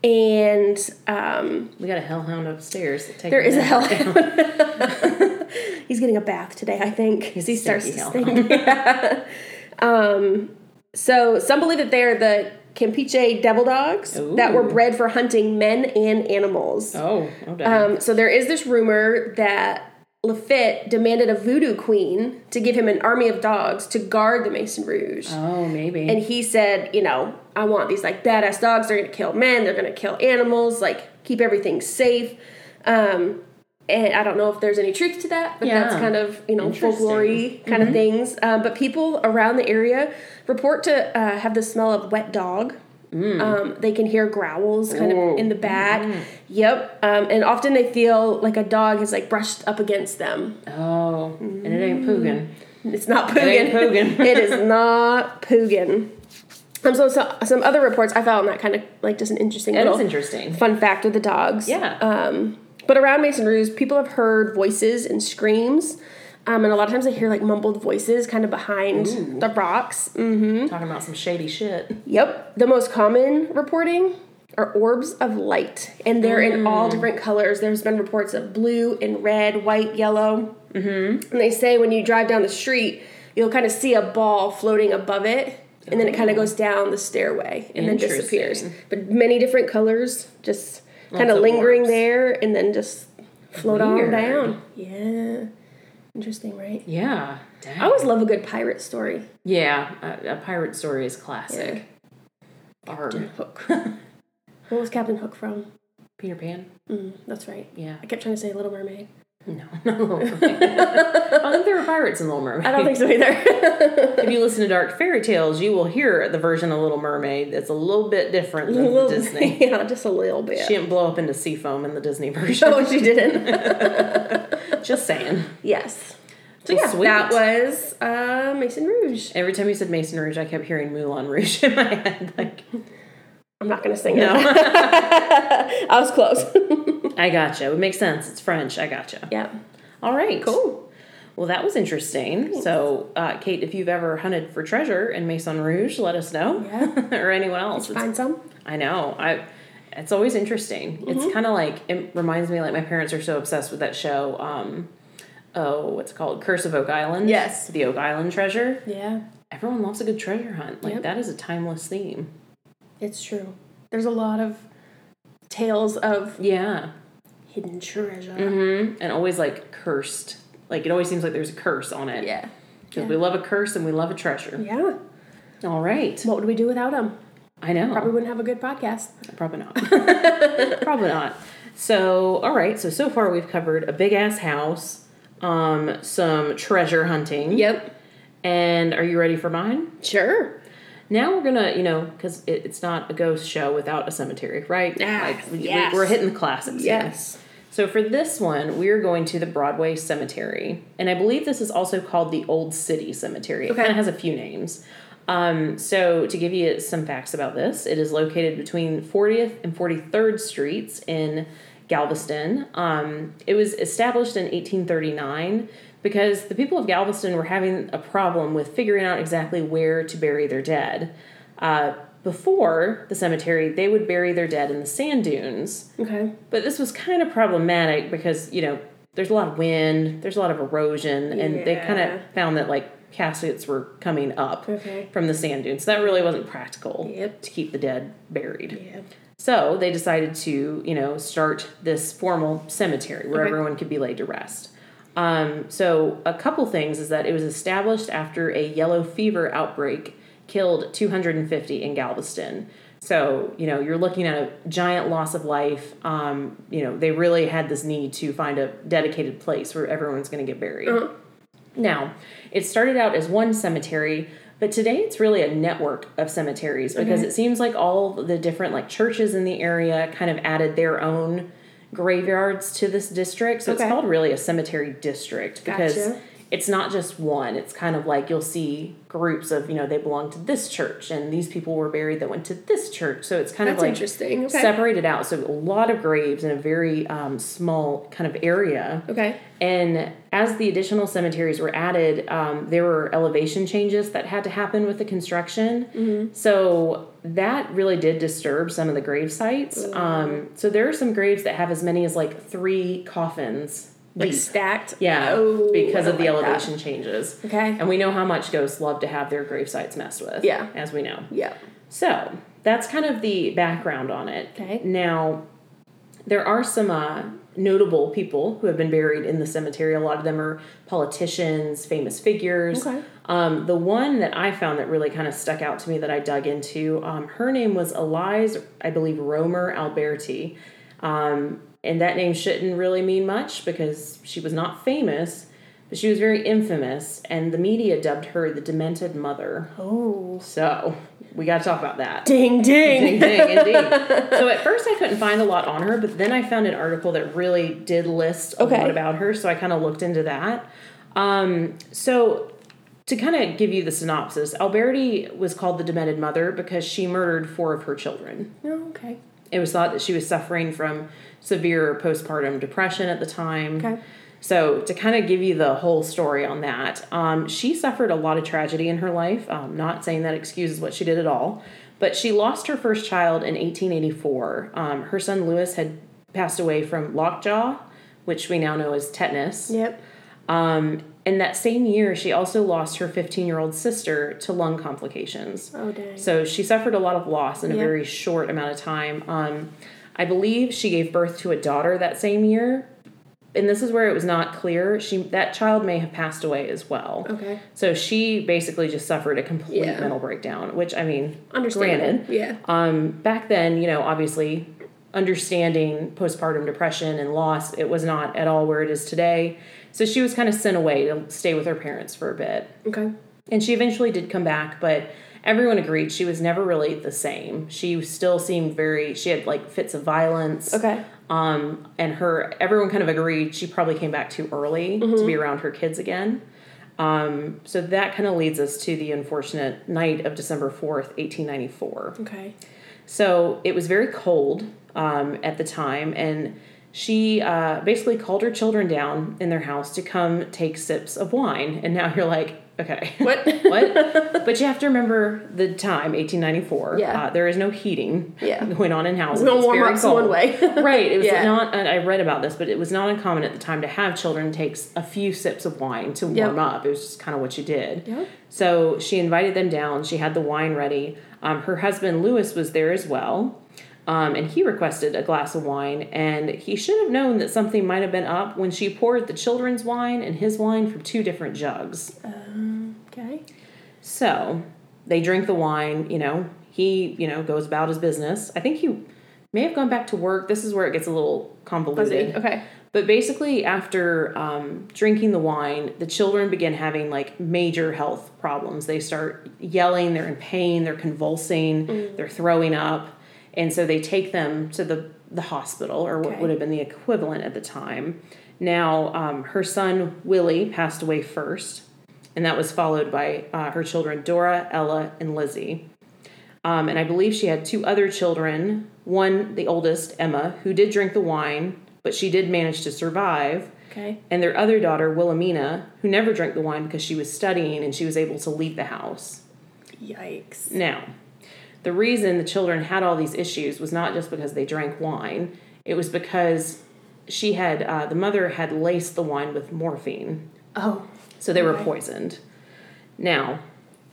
S2: And um,
S1: We got a hellhound upstairs. Take
S2: there is a
S1: him down.
S2: hellhound. He's getting a bath today, I think.
S1: Is he
S2: starts
S1: stinky
S2: to stink. Yeah. um, so some believe that they're the Campeche devil dogs that were
S1: Ooh.
S2: bred for hunting men and animals.
S1: Oh, oh dang.
S2: Um, so there is this rumor that Lafitte demanded a voodoo queen to give him an army of dogs to guard the Mason Rouge.
S1: oh, maybe.
S2: And he said, you know, I want these like badass dogs. They're gonna kill men. They're gonna kill animals. Like keep everything safe. Um, and I don't know if there's any truth to that, but that's
S1: Yeah.
S2: kind of you know
S1: Interesting. Mm-hmm.
S2: folklore kind of things. Um, but people around the area report to uh, have the smell of wet dog. Um, they can hear growls kind
S1: Mm. Ooh. Mm-hmm.
S2: of in the back. Yep. Um, and often they feel like a dog has like brushed up against them.
S1: oh, and it ain't Poogan.
S2: It's not Pugin.
S1: ain't Pugin.
S2: Mm. it is not Pugin. Um, so, so some other reports I found that kind of like just an interesting
S1: That
S2: little
S1: is interesting. Uh,
S2: fun fact with the dogs.
S1: Yeah.
S2: Um, but around Mason Rouge, people have heard voices and screams. Um, and a lot of times they hear like mumbled voices kind of behind the rocks. Mm-hmm.
S1: Talking about some shady shit.
S2: Yep. The most common reporting are orbs of light, and they're in all different colors. There's been reports of blue and red, white, yellow. Mm-hmm. And they say when you drive down the street, you'll kind of see a ball floating above it, and then it kind of goes down the stairway and then disappears.
S1: Interesting.
S2: But many different colors, just kind
S1: Lots
S2: of
S1: of
S2: lingering
S1: orbs.
S2: there, and then just float
S1: Weird.
S2: on down. Yeah. Interesting, right?
S1: Yeah. Dang.
S2: I always love a good pirate story.
S1: yeah, a, a pirate story is classic. Arg.
S2: Hook. Where was Captain Hook from?
S1: Peter Pan.
S2: Mm, that's right.
S1: Yeah.
S2: I kept trying to say Little Mermaid.
S1: No, not Little Mermaid. I don't think there were pirates in Little Mermaid.
S2: I don't think so either.
S1: if you listen to Dark Fairy Tales, you will hear the version of Little Mermaid that's a little bit different than
S2: Little-
S1: the Disney.
S2: Yeah, just a little bit.
S1: She didn't blow up into sea foam in the Disney version.
S2: oh, she didn't.
S1: Just saying.
S2: yes. Oh. So
S1: Well,
S2: yeah,
S1: sweet.
S2: that was uh, Mason Rouge.
S1: Every time you said Mason Rouge, I kept hearing Moulin Rouge in my head. Like,
S2: I'm not gonna sing it.
S1: no,
S2: I was close.
S1: I gotcha. It makes sense. It's French. I gotcha.
S2: yeah.
S1: All right.
S2: Cool.
S1: Well, that was interesting. So, uh, Kate, if you've ever hunted for treasure in Maison Rouge, let us know.
S2: Yeah.
S1: or anyone else. It's-
S2: Find some.
S1: I know. I. It's always interesting.
S2: Mm-hmm.
S1: It's kind of like it reminds me. Like my parents are so obsessed with that show. Um, oh, what's it called? Curse of Oak Island.
S2: Yes.
S1: The Oak Island Treasure.
S2: Yeah,
S1: Everyone loves a good treasure hunt. Like
S2: Yep.
S1: that is a timeless theme.
S2: it's true. There's a lot of tales of
S1: Yeah.
S2: hidden treasure.
S1: hmm And always like cursed. Like it always seems like there's a curse on it.
S2: Yeah.
S1: Because we love a curse and we love a treasure.
S2: Yeah.
S1: All right.
S2: What would we do without them?
S1: I know.
S2: Probably wouldn't have a good podcast.
S1: Probably not. Probably not. So, all right. So, so far we've covered a big ass house, um, some treasure hunting.
S2: Yep.
S1: And are you ready for mine?
S2: Sure.
S1: Now we're gonna, you know, because it, it's not a ghost show without a cemetery, right?
S2: Ah,
S1: we,
S2: yes.
S1: are hitting the classics. here.
S2: Yes.
S1: So for this one, we're going to the Broadway Cemetery, and I believe this is also called the Old City Cemetery. It
S2: Okay.
S1: kind of has a few names. Um, so to give you some facts about this, it is located between 40th and 43rd Streets in Galveston. Um, it was established in 1839 because the people of Galveston were having a problem with figuring out exactly where to bury their dead. Uh, before the cemetery, they would bury their dead in the sand dunes.
S2: Okay.
S1: But this was kind of problematic because, you know, there's a lot of wind, there's a lot of erosion, and they kind
S2: Yeah.
S1: of found that like caskets were coming up
S2: Okay.
S1: from the sand dunes. That really wasn't practical
S2: Yep.
S1: to keep the dead buried.
S2: Yeah.
S1: So they decided to, you know, start this formal cemetery where
S2: Okay.
S1: everyone could be laid to rest. Um, so a couple things is that it was established after a yellow fever outbreak killed 250 in Galveston. So you know you're looking at a giant loss of life. Um, you know they really had this need to find a dedicated place where everyone's going to get buried. Now, it started out as one cemetery, but today it's really a network of cemeteries because it seems like all the different like churches in the area kind of added their own graveyards to this district. So
S2: Okay.
S1: it's called really a cemetery district because
S2: Gotcha.
S1: it's not just one. It's kind of like you'll see groups of, you know, they belong to this church and these people were buried that went to this church. So it's kind
S2: That's
S1: of like
S2: interesting. Okay.
S1: separated out. So a lot of graves in a very um, small kind of area.
S2: Okay.
S1: And as the additional cemeteries were added, um, there were elevation changes that had to happen with the construction.
S2: Mm-hmm.
S1: So that really did disturb some of the grave sites.
S2: Mm-hmm.
S1: Um, so there are some graves that have as many as like three coffins
S2: Like
S1: deep.
S2: stacked.
S1: yeah,
S2: Oh,
S1: because
S2: I
S1: of the
S2: don't like that.
S1: elevation changes.
S2: Okay.
S1: And we know how much ghosts love to have their grave sites messed with.
S2: Yeah.
S1: As we know.
S2: Yeah.
S1: So that's kind of the background on it.
S2: Okay.
S1: Now, there are some uh, notable people who have been buried in the cemetery. A lot of them are politicians, famous figures.
S2: Okay.
S1: Um, the one that I found that really kind of stuck out to me that I dug into, um, her name was Elise, I believe, Romer Alberti. Um, and that name shouldn't really mean much because she was not famous, but she was very infamous, and the media dubbed her the Demented Mother.
S2: Oh.
S1: So we got to talk about that.
S2: Ding
S1: Ding,
S2: ding.
S1: ding, indeed. So at first I couldn't find a lot on her, but then I found an article that really did list a
S2: Okay.
S1: lot about her. So I kind of looked into that. Um, so to kind of give you the synopsis, Alberti was called the demented mother because she murdered four of her children.
S2: Oh, okay.
S1: It was thought that she was suffering from severe postpartum depression at the time.
S2: Okay.
S1: So, to kind of give you the whole story on that, um, she suffered a lot of tragedy in her life. Um, not saying that excuses what she did at all, but she lost her first child in 1884. Um, her son Lewis had passed away from lockjaw, which we now know as tetanus.
S2: Yep.
S1: And that same year, she also lost her 15 year old sister to lung complications.
S2: Oh dang.
S1: So she suffered a lot of loss in a
S2: Yeah.
S1: very short amount of time. Um, I believe she gave birth to a daughter that same year, and this is where it was not clear. She that child may have passed away as well.
S2: Okay.
S1: So she basically just suffered a complete
S2: Yeah.
S1: mental breakdown, which I mean,
S2: Understandable. Yeah.
S1: um, back then, you know, obviously understanding postpartum depression and loss, it was not at all where it is today. So she was kind of sent away to stay with her parents for a bit.
S2: okay.
S1: And she eventually did come back, but everyone agreed she was never really the same. She still seemed very, she had like fits of violence.
S2: Okay.
S1: Um, and her, everyone kind of agreed she probably came back too early to be around her kids again. Um, so that kind of leads us to the unfortunate night of December 4th, 1894.
S2: Okay.
S1: So it was very cold um, at the time, and she uh, basically called her children down in their house to come take sips of wine. And now you're like, okay,
S2: What?
S1: what? But you have to remember the time, 1894.
S2: Yeah.
S1: Uh, there is no heating
S2: Yeah.
S1: going on in houses.
S2: We don't
S1: It's
S2: warm
S1: very
S2: up one
S1: cold.
S2: way.
S1: right. It was
S2: Yeah.
S1: not, and I read about this, but it was not uncommon at the time to have children take s- a few sips of wine to warm
S2: Yep.
S1: up. It was just kind of what you did.
S2: Yep.
S1: So she invited them down. She had the wine ready. Um, her husband Lewis was there as well. Um, and he requested a glass of wine, and he should have known that something might have been up when she poured the children's wine and his wine from two different jugs.
S2: Okay.
S1: So they drink the wine, you know, he, you know, goes about his business. I think he may have gone back to work. This is where it gets a little convoluted.
S2: Fuzzy. Okay.
S1: But basically, after um, drinking the wine, the children begin having like major health problems. They start yelling, they're in pain, they're convulsing, they're throwing up. And so they take them to the, the hospital, or what
S2: Okay.
S1: would have been the equivalent at the time. Now, um, her son Willie passed away first, and that was followed by uh, her children Dora, Ella, and Lizzie. Um, and I believe she had two other children. One, the oldest, Emma, who did drink the wine, but she did manage to survive.
S2: Okay.
S1: And their other daughter, Wilhelmina, who never drank the wine because she was studying and she was able to leave the house.
S2: Yikes.
S1: Now, the reason the children had all these issues was not just because they drank wine, it was because she had, uh, the mother had laced the wine with morphine.
S2: Oh.
S1: So they were
S2: Okay.
S1: poisoned. Now,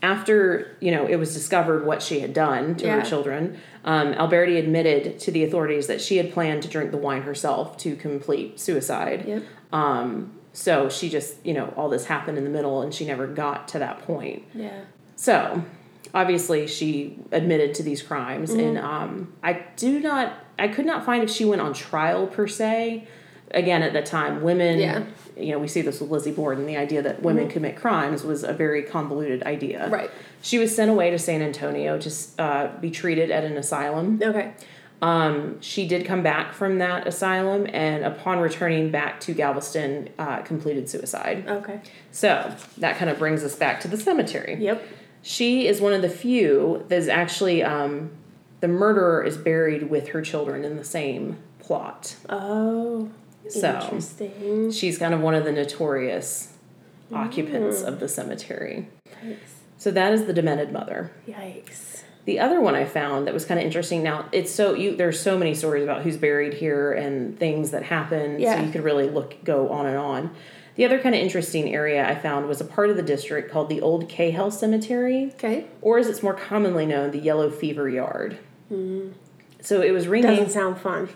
S1: after you know it was discovered what she had done to
S2: Yeah.
S1: her children, um, Alberti admitted to the authorities that she had planned to drink the wine herself to complete suicide.
S2: Yep.
S1: Um, so she just you know all this happened in the middle, and she never got to that point.
S2: Yeah.
S1: So obviously she admitted to these crimes,
S2: Mm-hmm.
S1: and um, I do not, I could not find if she went on trial per se. Again, at the time, women,
S2: Yeah. Mm-hmm.
S1: you know, we see this with Lizzie Borden. The idea that women commit crimes was a very convoluted idea.
S2: Right.
S1: She was sent away to San Antonio to uh, be treated at an asylum.
S2: Okay.
S1: Um, she did come back from that asylum, and upon returning back to Galveston, uh, completed suicide.
S2: Okay.
S1: So that kind of brings us back to the cemetery.
S2: Yep.
S1: She is one of the few that is actually um, the murderer is buried with her children in the same plot.
S2: Oh.
S1: So-
S2: Interesting.
S1: She's kind of one of the notorious
S2: Mm.
S1: occupants of the cemetery. So that is the demented mother.
S2: Yikes.
S1: The other one I found that was kind of interesting. Now it's so you there's so many stories about who's buried here and things that happen.
S2: Yeah.
S1: So you could really look go on and on. The other kind of interesting area I found was a part of the district called the Old Cahill Cemetery,
S2: Okay.
S1: or as it's more commonly known, the Yellow Fever Yard. So it was
S2: Doesn't
S1: renamed.
S2: sound fun.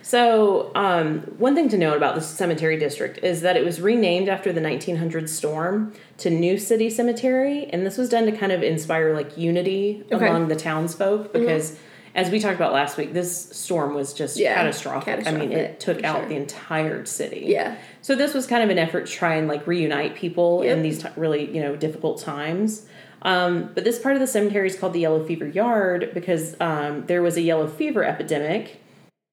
S1: So um, one thing to note about this cemetery district is that it was renamed after the 1900 storm to New City Cemetery, and this was done to kind of inspire like unity
S2: Okay. Mm-hmm.
S1: among the townsfolk because. As we talked about last week, this storm was just
S2: Yeah,
S1: catastrophic. I mean,
S2: catastrophic,
S1: it took
S2: for
S1: out
S2: sure.
S1: the entire city.
S2: Yeah.
S1: So this was kind of an effort to try and like reunite people in
S2: Yep.
S1: these t- really you know difficult times. Um, but this part of the cemetery is called the Yellow Fever Yard because um, there was a yellow fever epidemic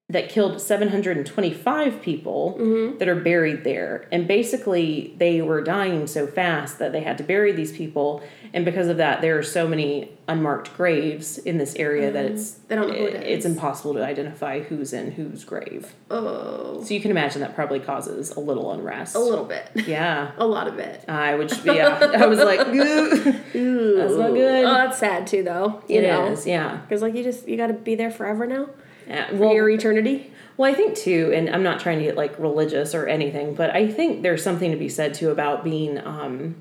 S1: that killed 725 people
S2: Mm-hmm.
S1: that are buried there. And basically, they were dying so fast that they had to bury these people. And because of that, there are so many unmarked graves in this area that it's
S2: Mm-hmm. They don't know who it
S1: it- it's
S2: is.
S1: impossible to identify who's in whose grave.
S2: Oh.
S1: So you can imagine that probably causes a little unrest.
S2: A little bit.
S1: Yeah.
S2: A lot of it.
S1: I would, yeah. I was like, "Ugh."
S2: Ooh. That's
S1: not good.
S2: Oh, that's sad too, though. You
S1: it
S2: know.
S1: is, yeah.
S2: Because like you just you got to be there forever now
S1: Yeah,
S2: for
S1: Well,
S2: your eternity.
S1: well, I think too, and I'm not trying to get like religious or anything, but I think there's something to be said too about being, um,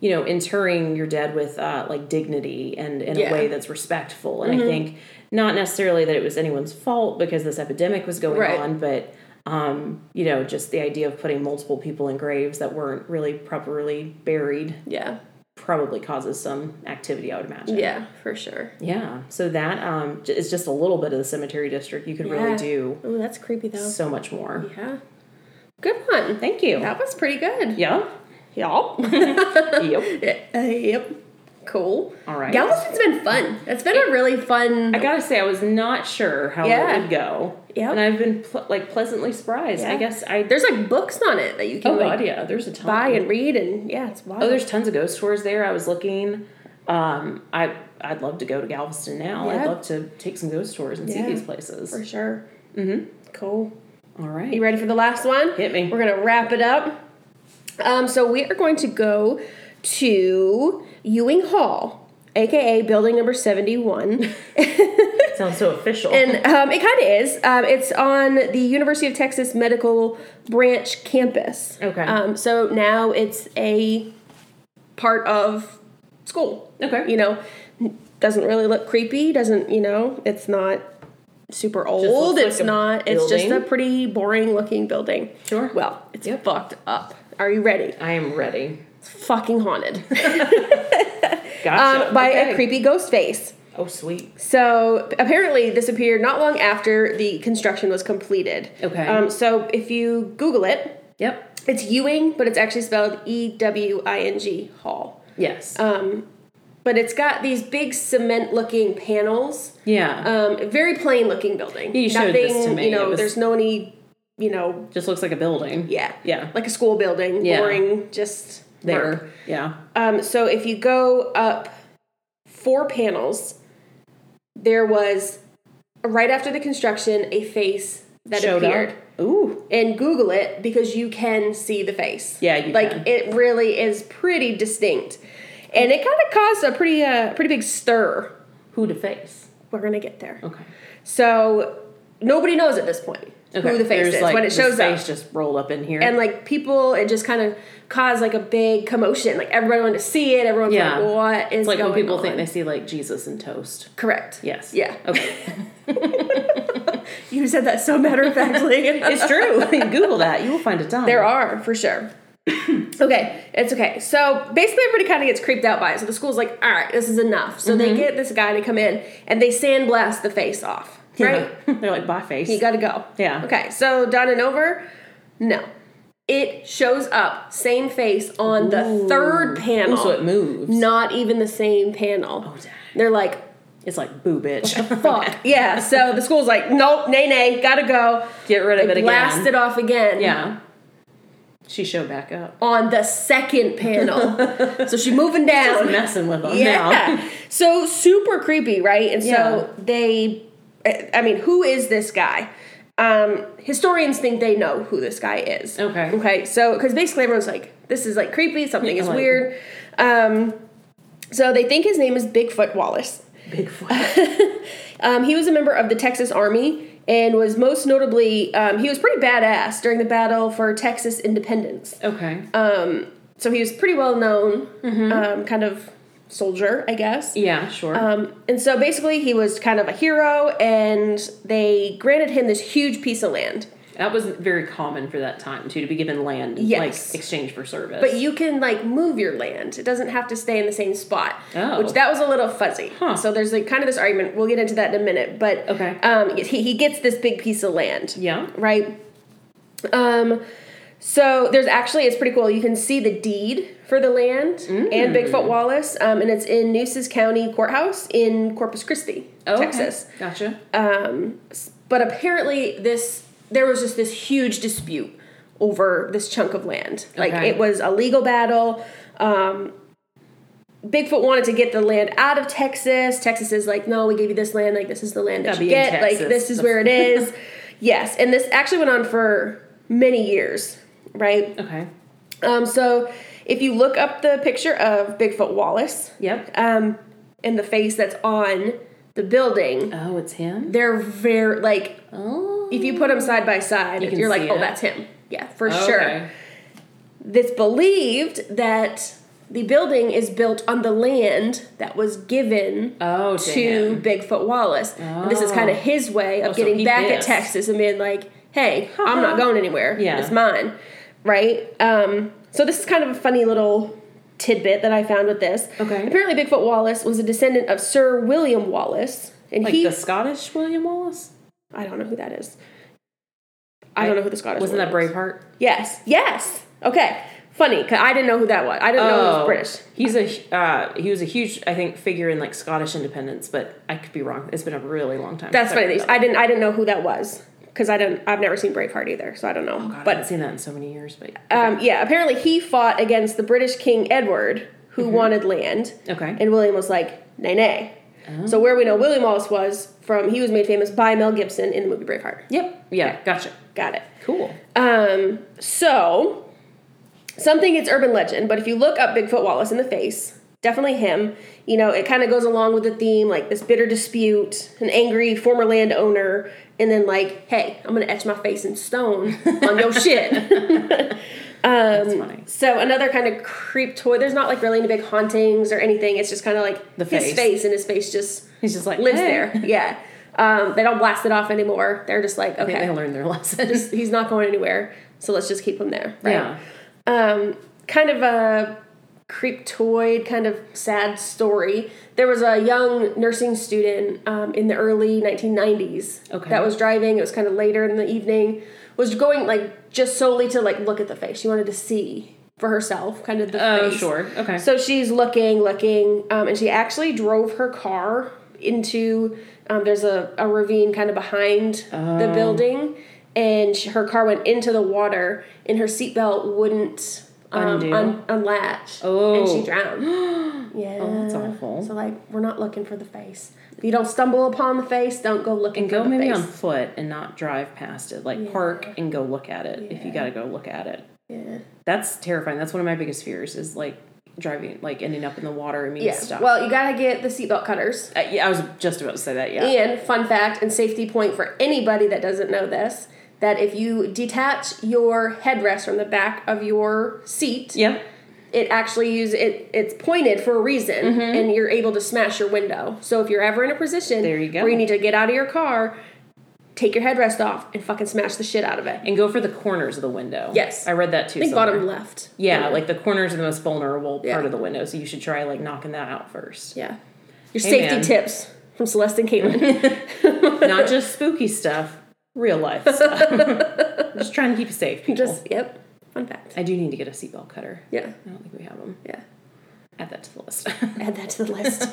S1: you know, interring your dead with uh, like dignity and in
S2: Yeah. Mm-hmm.
S1: a way that's respectful. And I think not necessarily that it was anyone's fault because this epidemic was going
S2: Right.
S1: on, but um, you know, just the idea of putting multiple people in graves that weren't really properly buried
S2: Yeah.
S1: probably causes some activity, I would imagine.
S2: Yeah, for sure.
S1: Yeah, so that um, j- is just a little bit of the cemetery district. You could
S2: Yeah.
S1: really do
S2: Oh, that's creepy though.
S1: so much more.
S2: Yeah. Good one.
S1: Thank you.
S2: That was pretty good.
S1: Yeah.
S2: Y'all.
S1: Yep.
S2: yep. Cool.
S1: All right.
S2: Galveston's been fun. It's been a really fun.
S1: I gotta say, I was not sure how
S2: Yeah.
S1: it would go.
S2: Yep.
S1: And I've been pl- like pleasantly surprised.
S2: Yeah.
S1: I guess I.
S2: There's like books on it that you can
S1: oh
S2: like
S1: god, yeah. There's a ton.
S2: buy and read and yeah, it's wild.
S1: oh, there's tons of ghost tours there. I was looking. Um, I I'd love to go to Galveston now.
S2: Yeah.
S1: I'd love to take some ghost tours and
S2: Yeah.
S1: see these places.
S2: for sure. Mm-hmm. Cool.
S1: All right.
S2: You ready for the last one?
S1: Hit me.
S2: We're gonna wrap it up. Um, so we are going to go to Ewing Hall, aka Building Number Seventy One.
S1: Sounds so official.
S2: And um, it kind of is. Um, it's on the University of Texas Medical Branch campus.
S1: Okay.
S2: Um, so now it's a part of school.
S1: Okay.
S2: You know, doesn't really look creepy. Doesn't you know? It's not super
S1: looks
S2: old.
S1: like
S2: It's
S1: a
S2: not. It's just a
S1: building.
S2: pretty boring looking building.
S1: Sure.
S2: Well, it's
S1: Yep.
S2: fucked up. Are you ready?
S1: I am ready.
S2: It's fucking haunted
S1: Gotcha.
S2: um, by
S1: Okay.
S2: a creepy ghost face.
S1: Oh sweet.
S2: So apparently, this appeared not long after the construction was completed.
S1: Okay.
S2: Um, so if you Google it,
S1: Yep.
S2: it's Ewing, but it's actually spelled E W I N G Hall. Um,
S1: Yes.
S2: Uh, But it's got these big cement-looking panels.
S1: yeah.
S2: Um, very plain-looking building.
S1: Yeah, you showed this to me.
S2: You
S1: It
S2: know,
S1: was-
S2: there's no any. You know,
S1: Just looks like a building.
S2: yeah,
S1: Yeah.
S2: like a school building,
S1: Yeah.
S2: boring, just
S1: There.
S2: merp.
S1: Yeah.
S2: Um, so if you go up four panels, there was right after the construction a face that
S1: Showed
S2: appeared.
S1: up. Ooh.
S2: And Google it because you can see the face.
S1: Yeah, you
S2: like
S1: can.
S2: it really is pretty distinct, and it kind of caused a pretty uh, pretty big stir.
S1: Who to face?
S2: We're gonna get there.
S1: Okay.
S2: So nobody knows at this point
S1: Okay.
S2: who the face
S1: There's,
S2: is
S1: like,
S2: when it
S1: the
S2: shows up
S1: face just rolled up in here.
S2: and like people it just kind of caused like a big commotion like everybody wanted to see it everyone's
S1: Yeah.
S2: like what is
S1: it's like when
S2: going
S1: people think
S2: on?
S1: they see like Jesus and toast.
S2: correct
S1: Yes.
S2: yeah
S1: Okay.
S2: you said that so matter-of-factly
S1: it's true. You Google that. You will find a ton.
S2: there are for sure okay it's okay so basically everybody kind of gets creeped out by it so the school's like all right this is enough so
S1: Mm-hmm.
S2: they get this guy to come in and they sandblast the face off
S1: Yeah.
S2: right
S1: They're like by face.
S2: you gotta go
S1: Yeah.
S2: okay so done and over no it shows up same face on the third panel
S1: Ooh, so it moves. Oh,
S2: not even the same panel.
S1: dang.
S2: They're like,
S1: It's like boo, bitch.
S2: Fuck. yeah. So the school's like, nope, nay, nay, gotta go.
S1: Get rid of
S2: They
S1: it
S2: blast
S1: again.
S2: it off again.
S1: Yeah. She showed back up.
S2: On the second panel. so she's moving down.
S1: Just messing with them
S2: yeah.
S1: now.
S2: So super creepy, right? And
S1: Yeah.
S2: so they, I I mean, who is this guy? Um, historians think they know who this guy is.
S1: Okay.
S2: Okay. So, because basically everyone's like, this is like creepy, something
S1: Yeah,
S2: is
S1: like-
S2: weird. Um, so they think his name is Bigfoot Wallace.
S1: Bigfoot.
S2: Um, he was a member of the Texas Army and was most notably, um, he was pretty badass during the battle for Texas independence.
S1: Okay.
S2: Um, So he was pretty well known,
S1: Mm-hmm.
S2: um, kind of soldier, I guess.
S1: yeah, sure.
S2: Um, and so basically, he was kind of a hero, and they granted him this huge piece of land.
S1: that was very common for that time too, to be given land
S2: Yes.
S1: like exchange for service.
S2: But you can like move your land; it doesn't have to stay in the same spot.
S1: Oh.
S2: Which that was a little fuzzy.
S1: Huh.
S2: So there's like kind of this argument. We'll get into that in a minute. But
S1: Okay.
S2: um, he, he gets this big piece of land.
S1: yeah.
S2: right? Um, so there's actually it's pretty cool. You can see the deed for the land
S1: Mm.
S2: and Bigfoot Wallace, um, and it's in Nueces County Courthouse in Corpus Christi,
S1: Oh, okay.
S2: Texas.
S1: Gotcha.
S2: Um, s- but apparently, this there was just this huge dispute over this chunk of land. Like
S1: Okay.
S2: it was a legal battle. Um, Bigfoot wanted to get the land out of Texas. Texas is like, no, we gave you this land. Like this is the land that
S1: Gotta
S2: you
S1: be in
S2: get. Like
S1: Texas.
S2: this is where it is. yes, and this actually went on for many years, right?
S1: Okay.
S2: Um, so if you look up the picture of Bigfoot Wallace
S1: Yep.
S2: um, and the face that's on the building,
S1: Oh, it's him?
S2: they're very like
S1: Oh.
S2: if you put them side by side
S1: You can
S2: you are like
S1: see
S2: oh
S1: it. Oh,
S2: that's him yeah for
S1: Okay.
S2: sure it's believed that the building is built on the land that was given
S1: Oh, to,
S2: to bigfoot wallace And this is kind of his way of
S1: Oh, so
S2: getting
S1: he
S2: back at
S1: is.
S2: texas and being like hey i'm not going anywhere
S1: Yeah.
S2: it's mine right um, so this is kind of a funny little tidbit that i found with this
S1: Okay.
S2: apparently bigfoot wallace was a descendant of sir william wallace and
S1: Like
S2: he
S1: the Scottish William Wallace?
S2: I don't know who that is. I don't know who the Scottish
S1: Wasn't
S2: one
S1: that
S2: was.
S1: Braveheart?
S2: Yes, yes. Okay, funny. 'cause I didn't know who that was. I didn't know
S1: Oh.
S2: he was British.
S1: He's a uh, he was a huge I think figure in like Scottish independence, but I could be wrong. It's been a really long time.
S2: That's
S1: since I've
S2: funny.
S1: read that.
S2: I didn't. I didn't know who that was because I don't. I've never seen Braveheart either, so I don't know.
S1: Oh, God, I
S2: but
S1: haven't seen that in so many years, but
S2: um, yeah, apparently he fought against the British King Edward, who wanted land,
S1: Mm-hmm. okay. Oh.
S2: and William was like, "Nay, nay." So where we know William Wallace was from, he was made famous by Mel Gibson in the movie Braveheart.
S1: yep. Yeah. Gotcha.
S2: Got it.
S1: Cool.
S2: Um, so something it's urban legend, but if you look up Bigfoot Wallace in the face, definitely him. You know, it kind of goes along with the theme like this bitter dispute, an angry former landowner, and then like, hey, I'm gonna etch my face in stone on your shit. Um,
S1: That's funny.
S2: So another kind of creep toy. There's not like really any big hauntings or anything. It's just kind of like
S1: The
S2: his
S1: face.
S2: face, and his face just
S1: He's just like
S2: lives
S1: "Hey."
S2: there. Yeah. Um, they don't blast it off anymore. They're just like,
S1: I think
S2: okay,
S1: they learned their lessons.
S2: he's not going anywhere. So let's just keep him there. Right?
S1: Yeah.
S2: um, kind of a creeptoid, kind of sad story. There was a young nursing student um, in the early 1990s
S1: Okay.
S2: that was driving. It was kind of later in the evening. Was going like just solely to like look at the face. She wanted to see for herself, kind of the
S1: Oh,
S2: face.
S1: sure. Okay.
S2: So she's looking, looking, um, and she actually drove her car into. Um, there's a, a ravine kind of behind the
S1: Oh.
S2: building, and she, her car went into the water, and her seatbelt wouldn't um,
S1: Undo?
S2: un, unlatch, and
S1: Oh.
S2: she drowned. yeah,
S1: that's awful.
S2: So like, we're not looking for the face. If you don't stumble upon the face, don't go looking
S1: and
S2: for
S1: go
S2: the
S1: maybe
S2: face.
S1: on foot and not drive past it. Like park and go look at it if you got to go look at it.
S2: yeah.
S1: That's terrifying. That's one of my biggest fears is like driving, like ending up in the water and being
S2: Yeah.
S1: stuck.
S2: Well, you gotta get the seatbelt cutters.
S1: Uh, yeah, I was just about to say that. Yeah.
S2: And fun fact and safety point for anybody that doesn't know this that if you detach your headrest from the back of your seat,
S1: Yep.
S2: it actually use it it's pointed for a reason
S1: Mm-hmm.
S2: and you're able to smash your window. So if you're ever in a position
S1: There you go.
S2: where you need to get out of your car, take your headrest off and fucking smash the shit out of it. I
S1: And go for the corners of the window.
S2: Yes.
S1: I read that too.
S2: think
S1: somewhere.
S2: bottom left.
S1: Yeah, like the corners are the most vulnerable
S2: Yeah.
S1: part of the window, so you should try like knocking that out first.
S2: Yeah. Your
S1: Hey,
S2: safety
S1: man.
S2: tips from Celeste and Caitlin.
S1: Not just spooky stuff, real life stuff. just trying to keep you safe, people.
S2: Just yep. Fun fact.
S1: I do need to get a seatbelt cutter.
S2: Yeah.
S1: I don't think we have them.
S2: Yeah.
S1: Add that to the list.
S2: Add that to the list.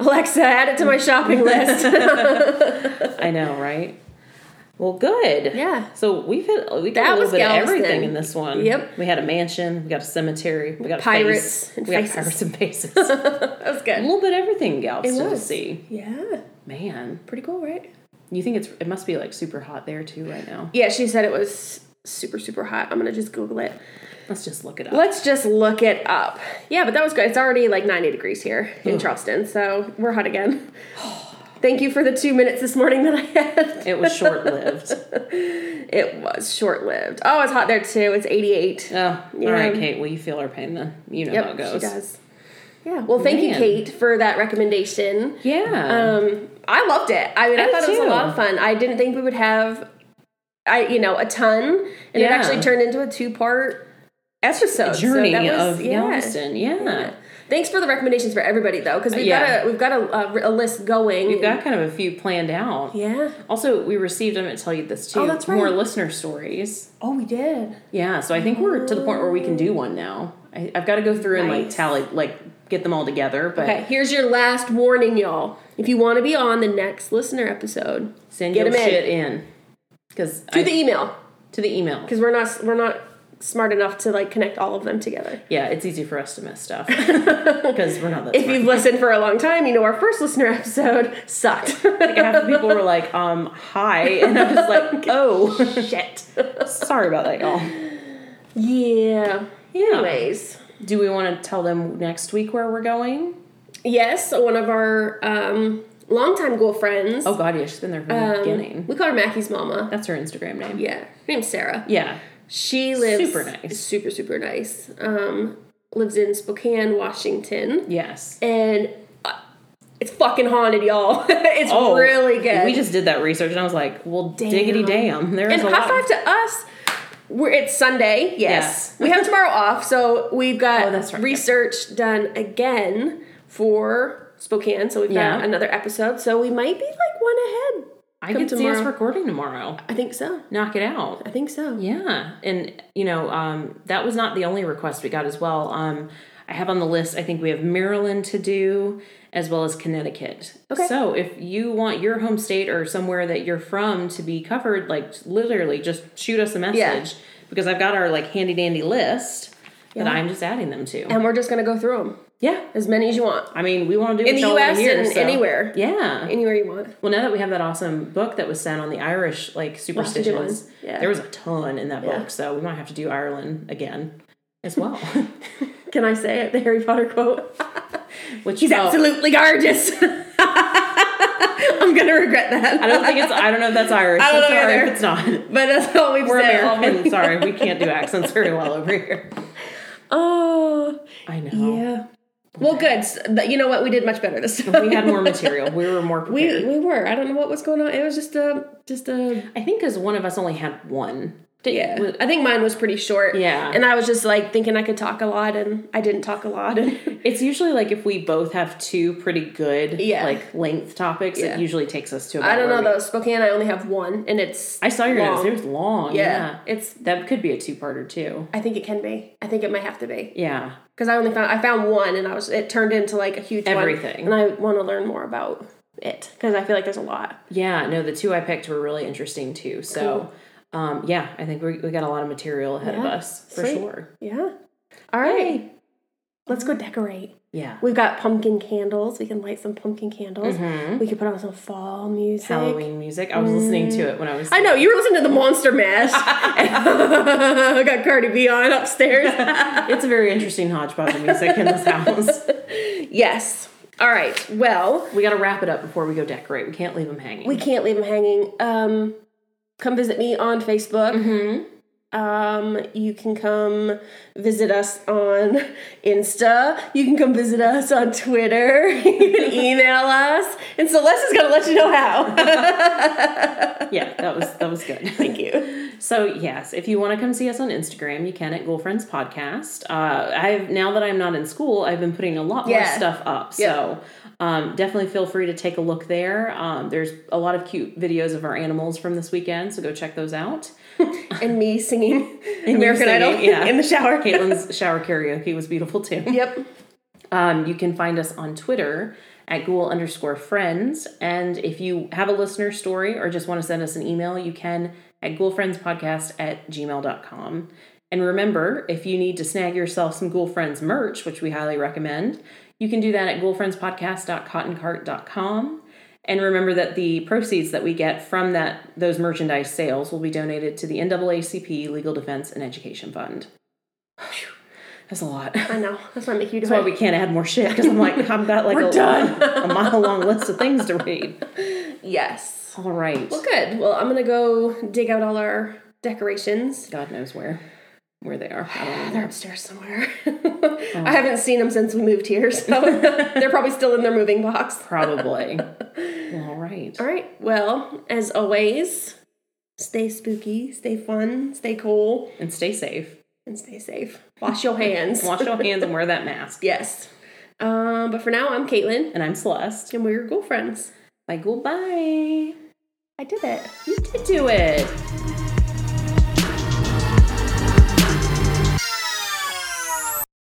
S2: Alexa, add it to my shopping list.
S1: I know, right? Well, good.
S2: Yeah.
S1: So we've hit we got a
S2: That
S1: little
S2: was
S1: bit of
S2: Galveston.
S1: everything in this one.
S2: Yep.
S1: We had a mansion. We got a cemetery. We got a
S2: Pirates
S1: face,
S2: and
S1: we
S2: faces.
S1: got pirates and faces. a
S2: that was good.
S1: little bit of everything in Galveston to
S2: was.
S1: see.
S2: Yeah.
S1: Man,
S2: Pretty cool, right?
S1: you think it's it must be like super hot there too right now.
S2: Yeah, she said it was super, super hot. I'm going to just Google it.
S1: Let's just look it up.
S2: Let's just look it up. Yeah, but that was good. It's already like 90 degrees here in Charleston, so we're hot again. Thank you for the two minutes this morning that I had.
S1: It was short lived.
S2: It was short lived. Oh, it's hot there too. It's 88.
S1: Oh,
S2: Yeah.
S1: all right, Kate. Well, you feel our pain then. You know how it
S2: yep,
S1: goes.
S2: she does. Yeah. Well, thank you,
S1: Man.
S2: Kate, for that recommendation.
S1: Yeah.
S2: Um, I loved it. I mean, I,
S1: I
S2: thought
S1: did
S2: it was a
S1: too.
S2: lot of fun. I didn't think we would have, I you know, a ton, and it
S1: Yeah.
S2: actually turned into a two part episode. So
S1: Journey
S2: that
S1: of
S2: was- yeah.
S1: Galveston. Yeah.
S2: Yeah. Thanks for the recommendations for everybody though, because we've
S1: Yeah.
S2: got a we've got a, a, a list going.
S1: We've got kind of a few planned out.
S2: yeah.
S1: Also, we received, I'm going to tell you this too,
S2: Oh, that's right.
S1: more listener stories.
S2: Oh, we did.
S1: Yeah, so I think we're to the point where we can do one now. I, I've got to go through and like
S2: Nice.
S1: tally, like get them all together, but
S2: Okay, here's your last warning, y'all. If you want to be on the next listener episode,
S1: send
S2: Get
S1: your
S2: 'em in.
S1: shit in. Because
S2: to the email
S1: to the email.
S2: because we're not we're not smart enough to like connect all of them together.
S1: Yeah, it's easy for us to miss stuff because we're not that
S2: If
S1: smart.
S2: you've listened for a long time, you know our first listener episode sucked.
S1: Like, half the people were like, um, hi. And I was like, oh,
S2: Shit.
S1: sorry about that, y'all.
S2: Yeah.
S1: Yeah.
S2: Anyways,
S1: Do we want to tell them next week where we're going?
S2: yes, one of our um, longtime girlfriends.
S1: Oh, God, yeah, she's been there from the
S2: um,
S1: beginning.
S2: we call her Mackie's mama.
S1: That's her Instagram name.
S2: Yeah, her name's Sarah.
S1: Yeah.
S2: She lives
S1: Super nice.
S2: super super nice. Um, lives in Spokane, Washington,
S1: Yes.
S2: and uh, it's fucking haunted, y'all. it's really good.
S1: Oh, We just did that research, and I was like, "Well,
S2: Damn.
S1: diggity damn!" There's
S2: and
S1: a
S2: high
S1: lot.
S2: five to us. We're it's Sunday. Yes,
S1: Yes.
S2: we have tomorrow off, so we've got
S1: Oh, that's right.
S2: research done again for Spokane. So we've
S1: Yeah.
S2: got another episode. So we might be like one ahead.
S1: I
S2: come
S1: could see us
S2: tomorrow.
S1: recording tomorrow.
S2: I think so.
S1: Knock it out.
S2: I think so.
S1: Yeah, and you know um, that was not the only request we got as well. Um, I have on the list. I think we have Maryland to do, as well as Connecticut.
S2: Okay.
S1: So if you want your home state or somewhere that you're from to be covered, like literally, just shoot us a message because I've got our like handy dandy list that
S2: Yeah.
S1: I'm just adding them to.
S2: And we're just gonna go through them
S1: yeah.
S2: as many as you want,
S1: I mean, we want to do
S2: In
S1: what
S2: the
S1: y'all wanna
S2: US
S1: hear,
S2: and
S1: so-
S2: anywhere.
S1: Yeah.
S2: anywhere you want.
S1: Well, now that we have that awesome book that was sent on the Irish like superstitions,
S2: one. Yeah.
S1: there was a ton in that
S2: Yeah.
S1: book, so we might have to do Ireland again as well.
S2: Can I say it? The Harry Potter quote.
S1: Oh. Which
S2: He's
S1: oh,
S2: absolutely gorgeous. I'm gonna regret that.
S1: I don't think it's. I don't know if that's Irish.
S2: I don't
S1: so
S2: know
S1: sorry
S2: either.
S1: if it's not.
S2: but that's all we've
S1: We're
S2: said. all
S1: American.
S2: morning.
S1: sorry, we can't do accents very well over here.
S2: Oh.
S1: I know.
S2: Yeah. Well, good. S- but You know what? We did much better this time.
S1: We had more material. We were more
S2: we,
S1: prepared.
S2: we were. I don't know what was going on. It was just a just a
S1: I think because one of us only had one. Did-
S2: yeah.
S1: was-
S2: I think mine was pretty short.
S1: Yeah.
S2: And I was just like thinking I could talk a lot, and I didn't talk a lot. And
S1: It's usually like if we both have two pretty good
S2: Yeah.
S1: like length topics,
S2: Yeah.
S1: it usually takes us to. About
S2: I don't
S1: where
S2: know
S1: we-
S2: though. Spokane, I only have one, and it's
S1: I saw your
S2: long.
S1: notes. It was long.
S2: yeah,
S1: yeah.
S2: It's.
S1: That could be a two-parter too.
S2: I think it can be. I think it might have to be
S1: Yeah.
S2: because I only found I found one, and I was it turned into like a huge one.
S1: Everything.
S2: and I want to learn more about it because I feel like there's a lot.
S1: Yeah, no, the two I picked were really interesting too. So, um, yeah, I think we, we got a lot of material ahead of
S2: Yeah.
S1: us for
S2: Sweet.
S1: sure.
S2: Yeah. All right.
S1: Hey.
S2: Let's go decorate.
S1: Yeah.
S2: We've got pumpkin candles. We can light some pumpkin candles. We could put on some fall music.
S1: Halloween music. I was listening to it when I was.
S2: I know you were listening to the Monster Mash. I got Cardi B on upstairs.
S1: it's a very interesting hodgepodge of music in this house.
S2: yes. All right. Well,
S1: We got to wrap it up before we go decorate. We can't leave them hanging.
S2: we can't leave them hanging. Um, come visit me on Facebook. Um, you can come visit us on Insta. You can come visit us on Twitter. you can email us. And Celeste is gonna let you know how.
S1: yeah, that was that was good.
S2: Thank you.
S1: So yes, if you want to come see us on Instagram, you can at Girlfriends Podcast. Uh, I've now that I'm not in school, I've been putting a lot
S2: Yeah.
S1: more stuff up. So um, definitely feel free to take a look there. Um, there's a lot of cute videos of our animals from this weekend, so go check those out.
S2: And me singing
S1: you
S2: American
S1: singing,
S2: Idol
S1: yeah.
S2: in the shower.
S1: Caitlin's shower karaoke was beautiful too.
S2: Yep.
S1: Um, you can find us on Twitter at ghoul underscore friends. And if you have a listener story or just want to send us an email, you can at ghoulfriendspodcast at gmail.com. And remember, if you need to snag yourself some Ghoul Friends merch, which we highly recommend, you can do that at ghoulfriendspodcast.cottoncart.com. And remember that the proceeds that we get from that those merchandise sales will be donated to the NAACP Legal Defense and Education Fund. Phew, that's a lot.
S2: I know. That's why I make you do
S1: That's why
S2: it.
S1: we can't add more shit because I'm like I've got like
S2: We're
S1: a,
S2: done.
S1: a mile long list of things to read.
S2: yes.
S1: All right,
S2: Well, good. Well, I'm gonna go dig out all our decorations.
S1: God knows where where they are. I don't know.
S2: They're upstairs somewhere.
S1: Oh.
S2: I haven't seen them since we moved here, so they're probably still in their moving box.
S1: Probably. All right.
S2: All right. Well, as always, stay spooky, stay fun, stay cool,
S1: And stay safe.
S2: and stay safe. Wash your hands.
S1: Wash your hands and wear that mask.
S2: yes. Um, but for now, I'm Caitlin,
S1: And I'm Celeste.
S2: and we're your girlfriends.
S1: Like goodbye.
S2: I did it.
S1: You did do it.